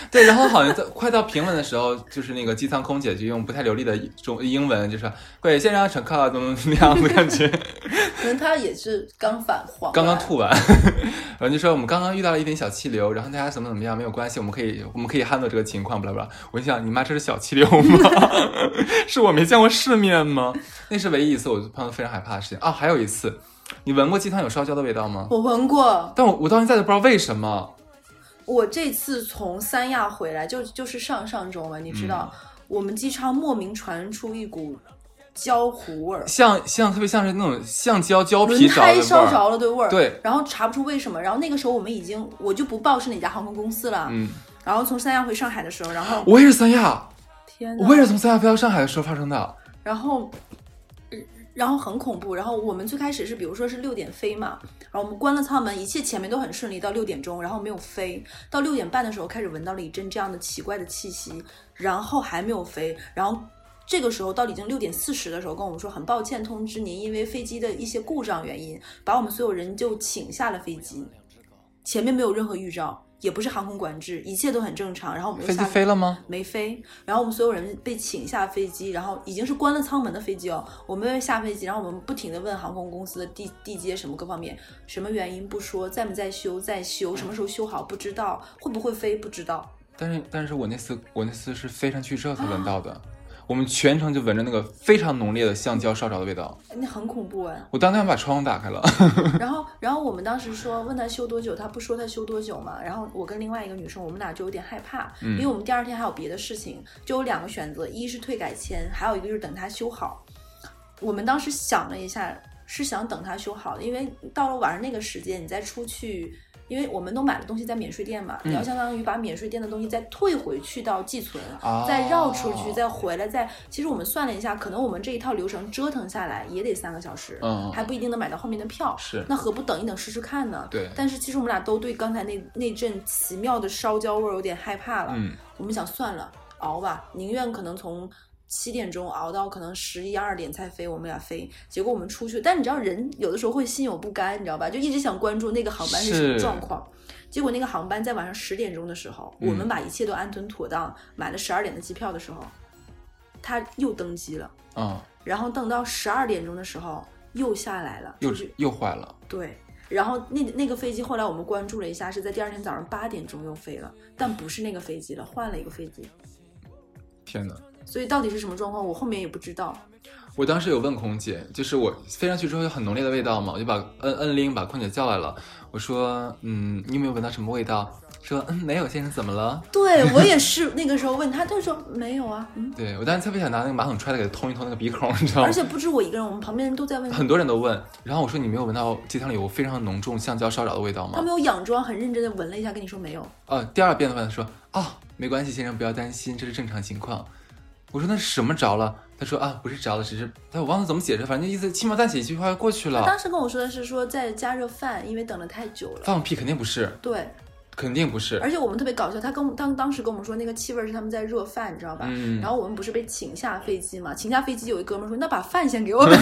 对，然后好像在快到平稳的时候，就是那个机舱空姐就用不太流利的中英文，就是“各位先生乘客”怎么怎么样的感觉。
可能他也是刚返黄，
刚刚。吐完， 然后就说我们刚刚遇到了一点小气流，然后大家怎么怎么样没有关系，我们可以我们可以 handle 这个情况，不啦不啦。我就想，你妈这是小气流吗？ 是我没见过世面吗？那是唯一一次我碰到非常害怕的事情啊！还有一次，你闻过鸡汤有烧焦的味道吗？
我闻过，
但我我到现在都不知道为什么。
我这次从三亚回来，就就是上上周嘛，你知道，
嗯
我们机舱莫名传出一股焦糊味儿，
像像特别像是那种橡胶胶
轮
皮着的
胎
味
烧
儿，
着了，对味儿。
对。
然后查不出为什么，然后那个时候我们已经，我就不报是哪家航空公司了。
嗯，
然后从三亚回上海的时候，然后
我也是三亚，
天哪，
我也是从三亚飞到上海的时候发生的。
然后，呃然后很恐怖。然后我们最开始是，比如说是六点飞嘛，然后我们关了舱门，一切前面都很顺利，到六点钟，然后没有飞，到六点半的时候开始闻到了一阵这样的奇怪的气息，然后还没有飞，然后。这个时候到了已经六点四十的时候，跟我们说很抱歉通知您，因为飞机的一些故障原因，把我们所有人就请下了飞机。前面没有任何预兆，也不是航空管制，一切都很正常。然后我们就
飞
下
机
了
飞了吗？
没飞，然后我们所有人被请下飞机，然后已经是关了舱门的飞机哦，我们被下飞机，然后我们不停的问航空公司的地地接什么各方面，什么原因不说，在没在修，在修，什么时候修好不知道，会不会飞不知道，
但是但是我那次我那次是飞上去之后才闻到的。我们全程就闻着那个非常浓烈的橡胶烧着的味道。
那很恐怖哎、
我当时想把窗户打开了，
然后，然后我们当时说问他修多久，他不说他修多久嘛。然后我跟另外一个女生，我们俩就有点害怕，因为我们第二天还有别的事情，就有两个选择，一是退改签，还有一个就是等他修好。我们当时想了一下，是想等他修好的，因为到了晚上那个时间，你再出去。因为我们都买了东西在免税店嘛，你要相当于把免税店的东西再退回去到寄存，
哦
再绕出去，再回来，再其实我们算了一下，可能我们这一套流程折腾下来也得三个小时，
嗯嗯
还不一定能买到后面的票。
是
那何不等一等试试看呢？
对
但是其实我们俩都对刚才那那阵奇妙的烧焦味儿有点害怕了。
嗯，
我们想算了，熬吧，宁愿可能从。七点钟熬到可能十一二点才飞，我们俩飞，结果我们出去，但你知道人有的时候会心有不甘，你知道吧？就一直想关注那个航班是什么
是嗯
状况。结果那个航班在晚上十点钟的时候，我们把一切都安顿妥当，买了十二点的机票的时候，他又登机了，
嗯，
然后等到十二点钟的时候又下来了，
又
就是
又坏了，
对，然后那那个飞机后来我们关注了一下，是在第二天早上八点钟又飞了，但不是那个飞机了，换了一个飞机。
天哪！
所以到底是什么状况，我后面也不知道。
我当时有问空姐，就是我飞上去之后有很浓烈的味道嘛，我就把摁摁铃把空姐叫来了，我说，嗯，你有没有闻到什么味道？说，嗯，没有，先生，怎么了？
对我 也是那个时候问他，他就说没有啊，嗯，
对我当时特别想拿那个马桶揣子给他通一通那个鼻孔，你知道吗
而？且不止我一个人，我们旁边人都在问，
哦很多人都问，然后我说你没有闻到机舱里有非常浓重橡胶烧着的味道
他
吗
没？有佯装很认真的闻了一下，跟你说没有。
呃，第二遍的话他说啊，没关系，先生不要担心，这是正常情况。我说那是什么着了？他说啊，不是着了，只是他我忘了怎么解释，反正就意思轻描淡写一句话就过去
他
了。
当时跟我说的是说在加热饭，因为等了太久了。
放屁，肯定不是，
对，
肯定不是。
而且我们特别搞笑，他跟我们当当时跟我们说那个气味是他们在热饭，你知道吧？
嗯
然后我们不是被请下飞机嘛？请下飞机有一哥们儿说：“那把饭先给我们。”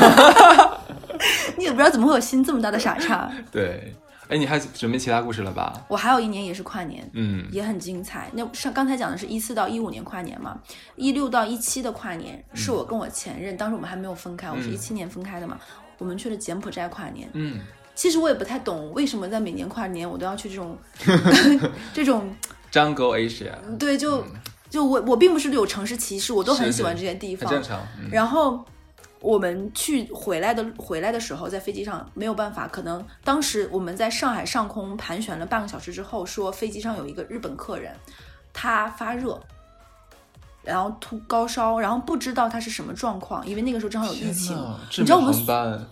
你也不知道怎么会有心这么大的傻叉。
对，哎，你还准备其他故事了吧？
我还有一年也是跨年，
嗯
也很精彩。那上刚才讲的是一四到一五年跨年嘛，一六到一七的跨年是我跟我前任，当时我们还没有分开，我是
嗯
一七年分开的嘛。我们去了柬埔寨跨年，
嗯，
其实我也不太懂为什么在每年跨年我都要去 这种这种
张狗 Asia
对，就就我我并不是有城市歧视，我都
嗯
很
是
喜欢这些地
很
方。
正常。嗯
然后我们去回来的回来的时候，在飞机上没有办法，可能当时我们在上海上空盘旋了半个小时之后，说飞机上有一个日本客人，他发热。然后突高烧，然后不知道他是什么状况，因为那个时候正好有疫情
天哪，
你
致
知道我
命
们
航班，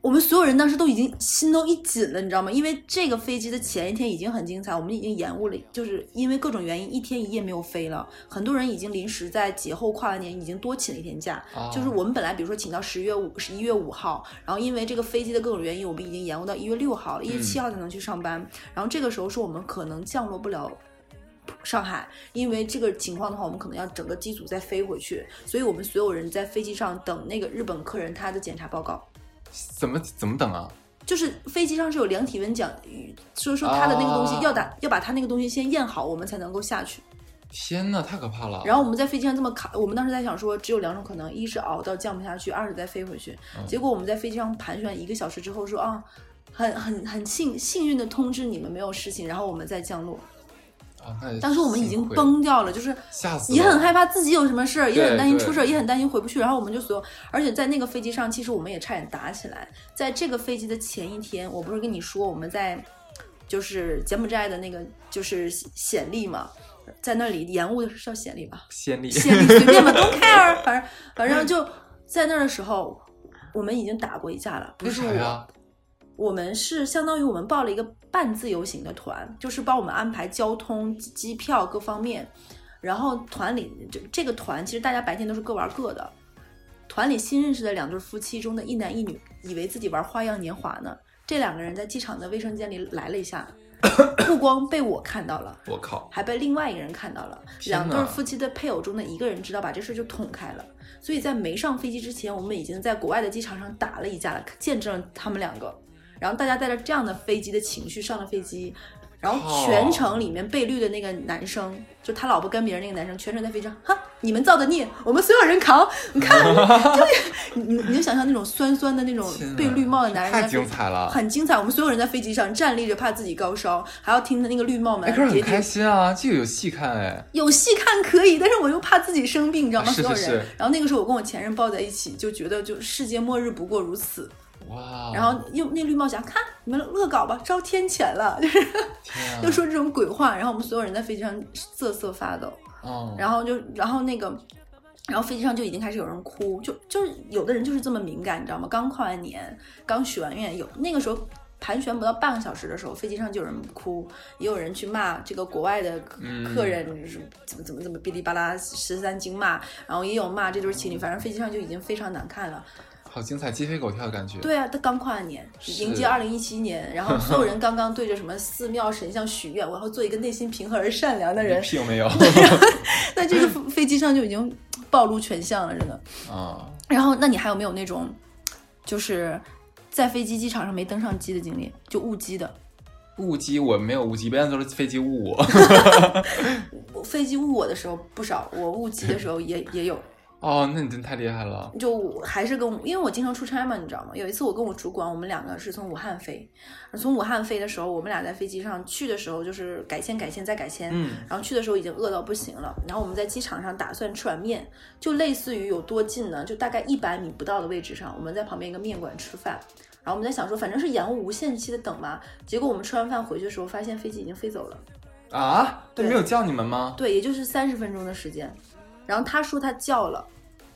我们所有人当时都已经心都一紧了，你知道吗？因为这个飞机的前一天已经很精彩，我们已经延误了，就是因为各种原因一天一夜没有飞了。很多人已经临时在节后跨完年已经多请了一天假，
哦
就是我们本来比如说请到十月五、十一月五号，然后因为这个飞机的各种原因，我们已经延误到一月六号了，一月七号才能去上班。然后这个时候说我们可能降落不了上海，因为这个情况的话，我们可能要整个机组再飞回去，所以我们所有人在飞机上等那个日本客人他的检查报告。
怎么怎么等啊？
就是飞机上是有量体温讲，所以说他的那个东西
啊
要打、要把他那个东西先验好，我们才能够下去。
天哪，太可怕了！
然后我们在飞机上这么卡，我们当时在想说，只有两种可能：一是熬到降不下去，二是再飞回去。结果我们在飞机上盘旋一个小时之后说啊，很很很幸幸运的通知你们没有事情，然后我们再降落。
啊，那也
当时我们已
幸
经
亏，
崩掉了，就是
吓死
也
我
很害怕自己有什么事儿，也很
对
担心
对
出事儿，也很担心回不去。然后我们就所有，而且在那个飞机上，其实我们也差点打起来。在这个飞机的前一天，我不是跟你说我们在就是柬埔寨的那个就是暹粒嘛，在那里延误的是叫暹粒吧？
先例。
暹粒随便 吧，don't care，反正反正就在那儿的时候，我们已经打过一架了，不
为
是
啥
我。
哎呀？
我们是相当于我们报了一个半自由行的团，就是帮我们安排交通、机机票各方面。然后团里这这个团其实大家白天都是各玩各的，团里新认识的两对夫妻中的一男一女，以为自己玩花样年华呢。这两个人在机场的卫生间里来了一下， 不光被我看到了，
我靠！
还被另外一个人看到了。
天
两
哪
对夫妻的配偶中的一个人知道，把这事就捅开了。所以在没上飞机之前，我们已经在国外的机场上打了一架了，见证了他们两个。然后大家带着这样的飞机的情绪上了飞机，然后全程里面被绿的那个男生，就 他老婆跟别人那个男生，全程在飞机上，哈，你们造的孽，我们所有人扛。你看，就是你你你能想象那种酸酸的那种
天哪
被绿帽的男人在
太
飞
精彩了。
很精彩，我们所有人在飞机上站立着，怕自己高烧，还要听着那个绿帽
哎，
门
可是
叠
很开
叠。
心啊，这个有戏看哎，
有戏看可以，但是我又怕自己生病，你知道吗？
啊是
所有人。
是是
然后那个时候我跟我前任抱在一起，就觉得就世界末日不过如此。
哇！
然后又那绿帽侠，看你们恶搞吧，遭天谴了， 就是
天啊
又，说这种鬼话。然后我们所有人在飞机上瑟瑟发抖。
嗯，
然后就然后那个，然后飞机上就已经开始有人哭，就就是有的人就是这么敏感，你知道吗？刚跨完年，刚许完愿，有那个时候。盘旋不到半个小时的时候，飞机上就有人哭，也有人去骂这个国外的客
嗯
客人、就是怎么怎么怎么哔哩吧啦十三经骂，然后也有骂这对情侣，反正飞机上就已经非常难看了。
嗯好精彩，鸡飞狗跳的感觉。
对啊，他刚跨完年，
是
迎接二零一七年，然后所有人刚刚对着什么寺庙神像许愿，我要做一个内心平和而善良的人
一，屁用没 有
那这个飞飞机上就已经暴露全相了，真的。
啊！
然后，那你还有没有那种，就是在飞机机场上没登上机的经历，就误机的？
误机我没有误机，别人都是飞机误我。
我飞机误我的时候不少，我误机的时候也也有。
哦，那你真太厉害了。
就我还是跟我，因为我经常出差嘛，你知道吗？有一次我跟我主管，我们两个是从武汉飞，从武汉飞的时候，我们俩在飞机上去的时候就是改签、改签再改签，
嗯
然后去的时候已经饿到不行了，然后我们在机场上打算吃碗面，就类似于有多近呢？就大概一百米不到的位置上，我们在旁边一个面馆吃饭，然后我们在想说，反正是延误无限期的等嘛。结果我们吃完饭回去的时候，发现飞机已经飞走了，
啊，对，
对
没有叫你们吗？
对，也就是三十分钟的时间。然后他说他叫了。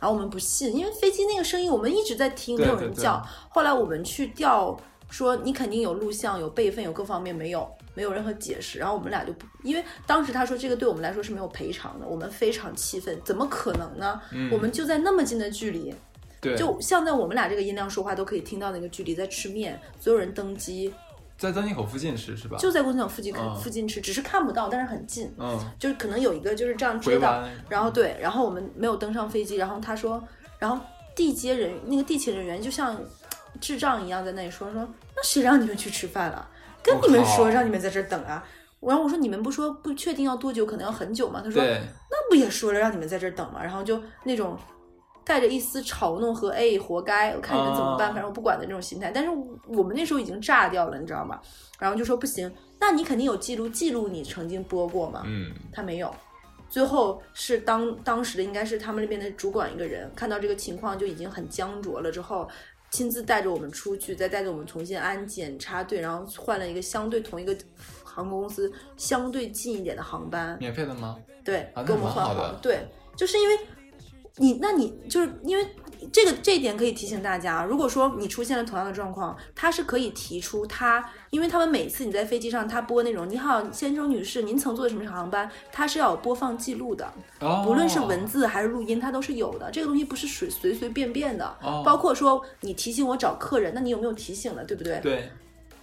然后我们不信，因为飞机那个声音我们一直在听，没
对
有
对
人
对
叫。后来我们去调，说你肯定有录像、有备份、有各方面，没有，没有任何解释。然后我们俩就不，因为当时他说这个对我们来说是没有赔偿的，我们非常气愤，怎么可能呢？
嗯
我们就在那么近的距离，
对，
就像在我们俩这个音量说话都可以听到那个距离，在吃面，所有人登机
在登机口附近是是吧？
就在工厂附近、
嗯
附近吃，只是看不到，但是很近，
嗯，
就是可能有一个就是这样
回
遮挡，
湾
然后对，然后我们没有登上飞机，然后他说，然后地接人那个地勤人员就像智障一样在那里说说，那谁让你们去吃饭了？跟
我
你们
靠
说让你们在这儿等啊。然后我说你们不说不确定要多久，可能要很久吗？他说
对，
那不也说了让你们在这儿等吗？然后就那种带着一丝嘲弄和哎活该，我看你们怎么办，
啊
反正我不管的那种心态。但是我们那时候已经炸掉了，你知道吗？然后就说不行，那你肯定有记录，记录你曾经播过嘛？
嗯，
他没有。最后是当当时的应该是他们那边的主管一个人看到这个情况就已经很僵着了，之后亲自带着我们出去，再带着我们重新安检插队，然后换了一个相对同一个航空公司相对近一点的航班，
免费的吗？
对，
啊那
跟我们
蛮
换
好
好
的
了。对，就是因为你，那你就是因为这个这一点可以提醒大家，如果说你出现了同样的状况，他是可以提出他，因为他们每次你在飞机上，他播那种“你好，先生女士，您曾坐的什么航班”，它是要有播放记录的，
哦，
不论是文字还是录音，它都是有的。这个东西不是随随随便便的。
哦
包括说你提醒我找客人，那你有没有提醒了，对不对？
对，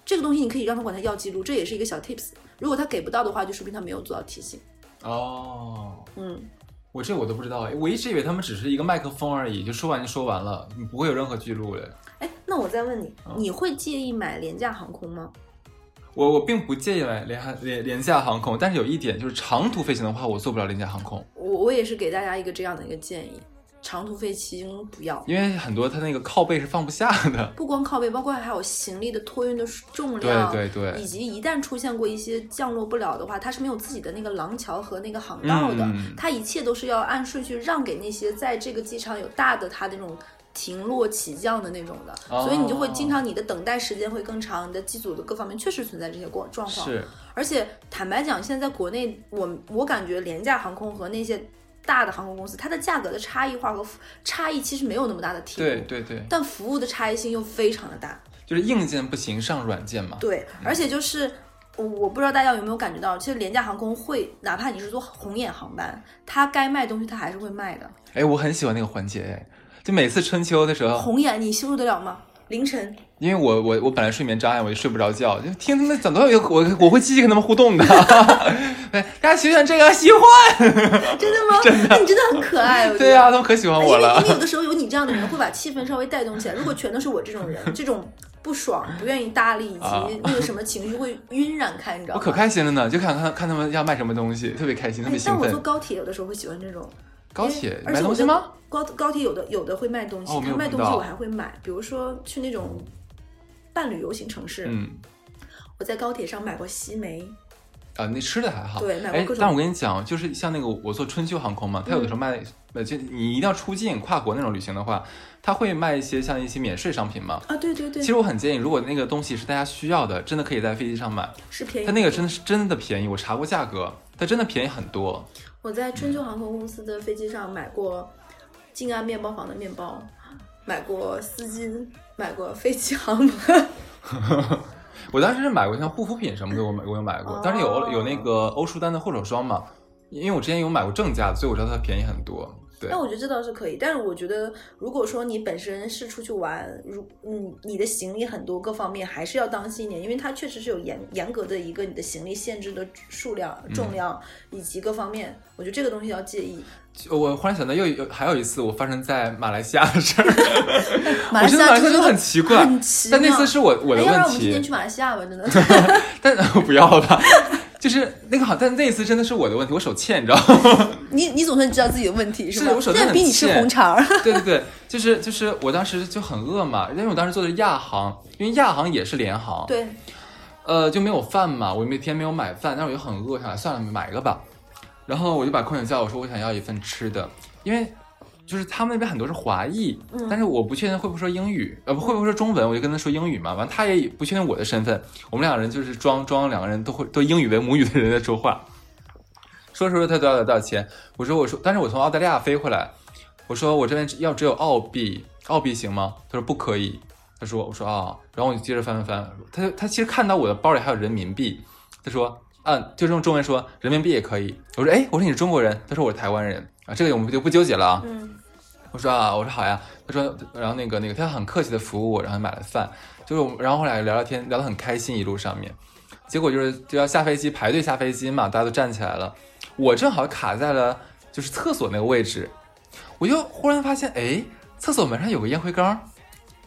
这个东西你可以让他管他要记录，这也是一个小 tips。如果他给不到的话，就说明他没有做到提醒。
哦，
嗯，
我这我都不知道哎，我一直以为他们只是一个麦克风而已，就说完就说完了，你不会有任何记录的。
哎，那我再问你
嗯，
你会介意买廉价航空吗？
我我并不介意买廉航廉廉价航空，但是有一点就是长途飞行的话，我做不了廉价航空，
我我也是给大家一个这样的一个建议，长途飞行不要，
因为很多它那个靠背是放不下的。
不光靠背，包括还有行李的托运的重量，
对对对
以及一旦出现过一些降落不了的话，它是没有自己的那个廊桥和那个航道的，
嗯
它一切都是要按顺序让给那些在这个机场有大的它的那种。停落起降的那种的，
哦
所以你就会经常你的等待时间会更长，你的机组的各方面确实存在这些过状况。
是，
而且坦白讲，现在国内我我感觉廉价航空和那些大的航空公司，它的价格的差异化和服差异其实没有那么大的体
对嗯
度，
对对，
但服务的差异性又非常的大。
就是硬件不行，上软件嘛。
对，而且就是。我我不知道大家有没有感觉到，其实廉价航空会，哪怕你是坐红眼航班，它该卖东西它还是会卖的。
哎，我很喜欢那个环节，哎，就每次春秋的时候，
红眼你受得了吗？凌晨
因为我我我本来睡眠障碍，我就睡不着觉，就听他们讲多有我我会积极跟他们互动的。 哎，大家喜欢这个，喜欢，
真的吗？真 的，你真的很可爱。我觉得
对啊呀、他们可喜欢
哎因
我
为因
了
为。有的时候有你这样的人会把气氛稍微带动起来。如果全都是我这种人，这种不爽、不愿意搭理以
啊
及那个什么情绪会晕染开，你知道
我
吗？
可开心了呢，就看看看他们要卖什么东西，特别开心，特
哎
别兴
但我
奋
坐。高铁有的时候会喜欢这种，
高铁
而
买
且
东
我
西
觉得
吗？
高高铁有的有的会卖东西，
哦我没
它
有
卖
碰
东西
到
我还会买，比如说去那种半旅游型城市，
嗯
我在高铁上买过西梅，
啊，那吃的还好。
对买过
哎
各，种嗯
但我跟你讲，就是像那个我坐春秋航空嘛，它有的时候卖，呃，就你一定要出境跨国那种旅行的话，它会卖一些像一些免税商品嘛。
啊，对对对
其，实我很建议，如果那个东西是大家需要的，真的可以在飞机上买。
是便宜。
它那个真的是真的便宜，我查过价格，它真的便宜很多。
我在春秋航空公司的飞机上买过静安面包房的面包，买过丝巾，买过飞机航母。
我当时是买过像护肤品什么的，我买我有买过
哦，
当时有有那个欧舒丹的护手霜嘛，因为我之前有买过正价的，所以我知道它便宜很多。对
那，我觉得这倒是可以，但是我觉得如果说你本身是出去玩，如嗯你的行李很多，各方面还是要当心一点，因为它确实是有严严格的一个你的行李限制的数量、
嗯
重量以及各方面，我觉得这个东西要介意。
我忽然想到又有还有一次我发生在马来西亚的事儿，
马
我
来西
真的
亚
马来西亚
真
真
的
的很奇怪，
很奇妙
但那次是我我
哎
的
要不然
问
我们今天
题，
去马来西亚吧，真的。
但 不要了吧，就是那个好，但那一次真的是我的问题，我手欠，你知道吗？
你你总算知道自己的问题
是
吧
我手？真的
那比
很
你吃
欠哦
红肠儿，
对对对，就是就是我当时就很饿嘛，因为我当时坐的是亚航，因为亚航也是联航，
对，
呃，就没有饭嘛，我每天没有买饭，但是我就很饿，我想来算了，买一个吧。然后我就把空姐叫我说，我想要一份吃的，因为就是他们那边很多是华裔，
嗯
但是我不确定会不会说英语，呃，不会不会说中文，我就跟他说英语嘛。完，他也不确定我的身份，我们两个人就是装装两个人都会都英语为母语的人在说话。说说说他多少多少钱？我说我说，但是我从澳大利亚飞回来，我说我这边要只有澳币，澳币行吗？他说不可以。他说我说啊，然后我就接着翻翻翻，他就他其实看到我的包里还有人民币，他说嗯，就用中文说人民币也可以。我说哎，我说你是中国人，他说我是台湾人啊，这个我们就不纠结了啊。
嗯，
我说啊，我说好呀。他说，然后那个那个，他很客气的服务我，然后买了饭，就是我们，然后后来聊聊天，聊得很开心，一路上面，结果就是就要下飞机排队下飞机嘛，大家都站起来了，我正好卡在了就是厕所那个位置，我就忽然发现，哎，厕所门上有个烟灰缸，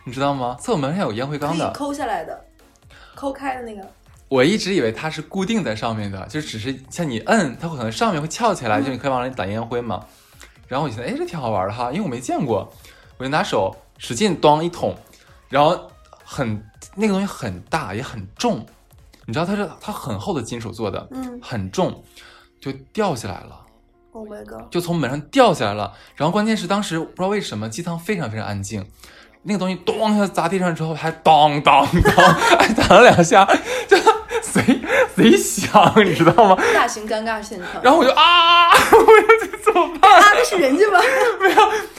你知道吗？厕所门上有烟灰
可
缸
以
的，
抠下来的，抠开的那个。
我一直以为它是固定在上面的，就只是像你摁，它会可能上面会翘起来，就你可以往里打烟灰嘛。然后我就觉得，哎，这挺好玩的哈，因为我没见过，我就拿手使劲咣一捅，然后很那个东西很大也很重，你知道它是它很厚的金属做的，
嗯
很重，就掉下来了，
，Oh my god，
就从门上掉下来了。然后关键是当时不知道为什么机舱非常非常安静，那个东西咚一下砸地上之后，还当当当， 还打了两下，就贼贼响，你知道吗？
大型尴尬现场。
然后我就啊，我就怎么办？
啊，那是人家吗？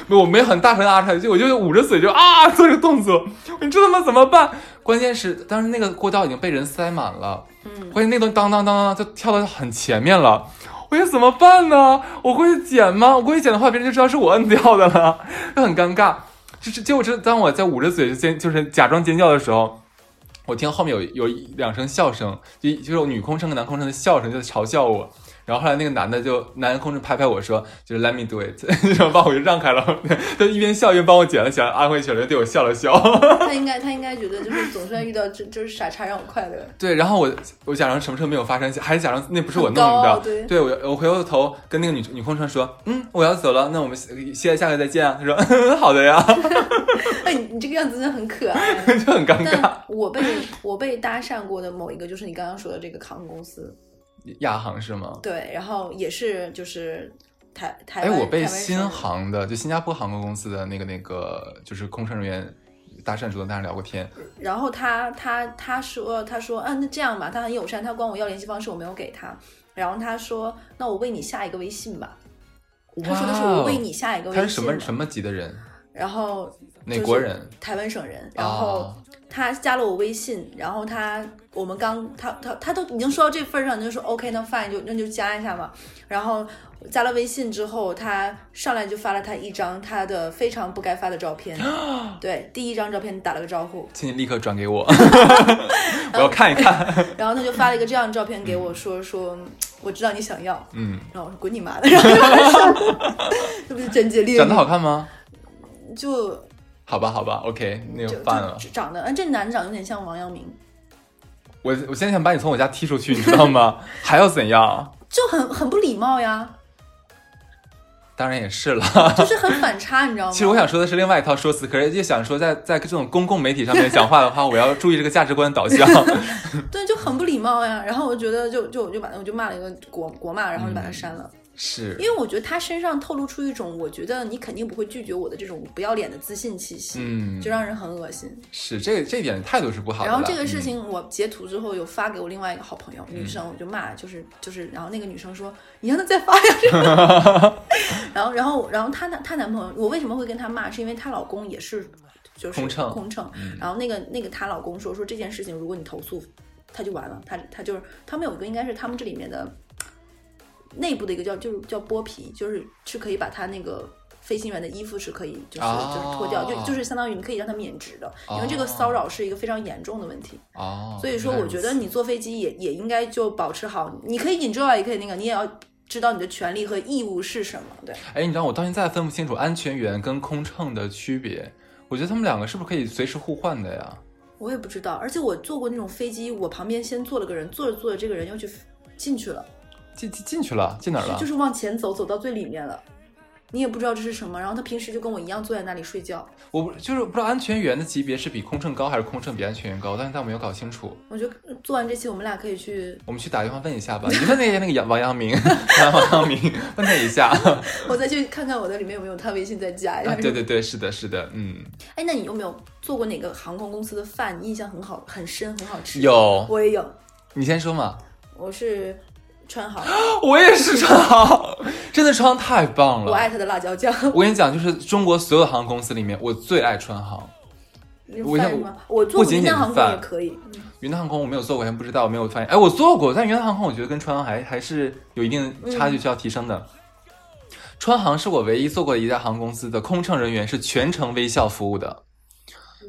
我没很大声啊出来，就我就捂着嘴就啊做这个动作，你这他妈怎么办？关键是当时那个过道已经被人塞满了，
嗯
关键那东西当当当当就跳到很前面了。我该怎么办呢？我过去捡吗？我过去捡的话，别人就知道是我摁掉的了，就很尴尬。就是就是，当我在捂着嘴尖，就是假装尖叫的时候，我听后面有有一两声笑声，就就是有女空乘跟男空乘的笑声，就在嘲笑我。然后后来那个男的就男空乘拍拍我说，就是 Let me do it，然 后把我就让开了。 他一边笑一边帮我捡了起来，安慰起来，对我笑了笑。
他应该他应该觉得就是总算遇到这就是傻叉让我快乐。
对，然后我我假装什么事都没有发生，还假装那不是我弄
很高傲
的。
对
我我回过头跟那个女女空乘说，嗯，我要走了，那我们下下回再见啊。她说， 嗯，好的呀，
哎，你你这个样子真的很可爱。
就 很尴尬。
但我被我被搭讪过的某一个就是你刚刚说的这个航空公司，
亚航是吗？
对，然后也是就是台台
哎，
湾。
我被
台湾
新
商人
航的，就新加坡航空公司的那个那个，就是空乘人员搭讪，主动搭讪聊过天。
然后他他他说他说啊，那这样吧，他很友善，他管我要联系方式，我没有给他。然后他说，那我为你下一个微信吧。他说的是
哇
我
哦
为你下一个微
他
信吧。
是什么什么级的人？
然后
哪国人？
台湾省人。然后
啊
他加了我微信，然后他我们刚他他他都已经说到这份儿上，你就说 OK，那 fine 就那就加一下嘛。然后加了微信之后，他上来就发了他一张他的非常不该发的照 片，对，第一张照片打了个招呼，
请你立刻转给 我，我要看一看。
然后他就发了一个这样的照片给我说说嗯我知道你想要，
嗯，
然后我说滚你妈的， 然后就把他删了这不是贞洁烈
长得
女
好看吗？
就
好吧，好吧，OK，那
嗯就
就办了。
就长得，嗯，这男的长得有点像王阳明，
我我现在想把你从我家踢出 去，你知道吗？还要怎样？
就很很不礼貌呀。
当然也是了。
就是很反差，你知道吗？
其实我想说的是另外一套说辞，可是就想说在在这种公共媒体上面讲话的 话，我要注意这个价值观导向。
对，就很不礼貌呀。然后我觉得就就我就把他我就骂了一个国国骂，然后就把他删了。
是
因为我觉得他身上透露出一种，我觉得你肯定不会拒绝我的这种不要脸的自信气息，
嗯
就让人很恶心。
是，这这一点态度是不好的
然
了。
后这个事
嗯
情我截图之后有发给我另外一个好朋友，女生，我就骂，就是就是，然后那个女生说你让她再发呀，这个 然后然后然后她男她男朋友，我为什么会跟她骂，是因为她老公也是就是
空乘嗯
空乘，然后那个那个她老公说说这件事情如果你投诉，她就完了，她她就是他们有一个应该是他们这里面的内部的一个叫就是叫剥皮，就是是可以把她那个。飞行员的衣服是可以，就是、就是脱掉，就
哦
就是相当于你可以让他免职的，因为这
哦
个骚扰是一个非常严重的问题。
哦，
所以说，
原来
我
如
觉
此
得你坐飞机也也应该就保持好，你可以 enjoy，也可以那个，你也要知道你的权利和义务是什么。对，
哎，你知道我到现在分不清楚安全员跟空乘的区别，我觉得他们两个是不是可以随时互换的呀？
我也不知道，而且我坐过那种飞机，我旁边先坐了个人，坐着坐着，这个人又去进去了，
进进进去了，进哪儿了？
就是往前走，走到最里面了。你也不知道这是什么，然后他平时就跟我一样坐在那里睡觉，
我不就是不知道安全员的级别是比空乘高还是空乘比安全员高，但是但我没有搞清楚。
我觉得嗯做完这期我们俩可以去，
我们去打电话问一下吧。你问那个那个杨王阳明，王王阳明，问他一下。啊，
我再去看看我的里面有没有他微信，再加一下。
对对对，是的，是的，嗯，
哎，那你有没有做过哪个航空公司的饭，你印象很好、很深、很好吃？，
有，
我也有，
你先说嘛。
我是 川航，
我也是超，真的超太棒
我爱
了。
他的辣椒酱。
我跟你讲，就是中国所有的航空公司里面，我最爱川航。
你
我
饭
想
是吗？我做
不
过
仅
云
仅是
南航空
饭
也可以，
云南航空我没有坐过，还不知道，没有发现。哎，我坐过，但云南航空我觉得跟川航还还是有一定的差距需要提升的。川航是我唯一坐过的一家航空公司的空乘人员是全程微笑服务的，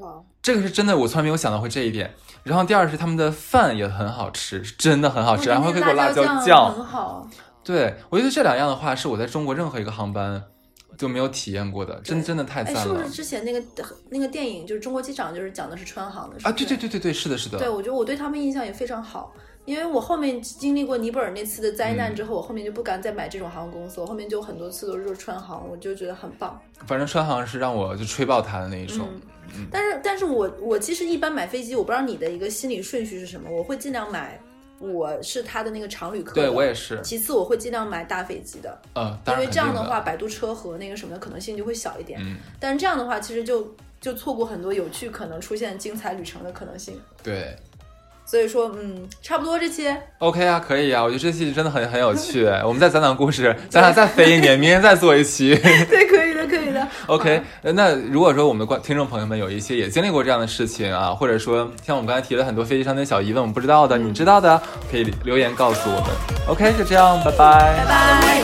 哇，
这个是真的，我从来没有想到会这一点。然后第二是他们的饭也很好吃，是真的很好吃，哦然后
那
会给我
个哦辣
椒
酱很好，
对我觉得这两样的话是我在中国任何一个航班就没有体验过的，真
对
真的太
哎，
赞
是不
了
是之前那个那个电影就是《中国机长》，就是讲的是川航的
啊！对对
对
对对对，是的，是的，
对，我觉得我对他们印象也非常好，因为我后面经历过尼泊尔那次的灾
嗯
难之后，我后面就不敢再买这种航空公司，我后面就很多次都是川航，我就觉得很棒。
反正川航是让我就吹爆它的那一
嗯
种。
但是，但是我我其实一般买飞机，我不知道你的一个心理顺序是什么，我会尽量买我是他的那个常旅客的，
对我也是，
其次我会尽量买大飞机的，
呃，当
因
然
为
肯
这样
定
的话，摆渡车和那个什么的可能性就会小一点。
嗯，
但是这样的话，其实就就错过很多有趣可能出现精彩旅程的可能性。
对
所以说，嗯，差不多这些。
，OK 啊，可以啊，我觉得这期真的很很有趣。哎我们再讲讲故事，咱俩再飞一年，明天再做一期。
对，可以的，可以的。
OK，呃那如果说我们的观听众朋友们有一些也经历过这样的事情啊，或者说像我们刚才提了很多飞机上的小疑问，我们不知道的，你知道的，可以留言告诉我们。OK，就这样，拜拜
拜拜。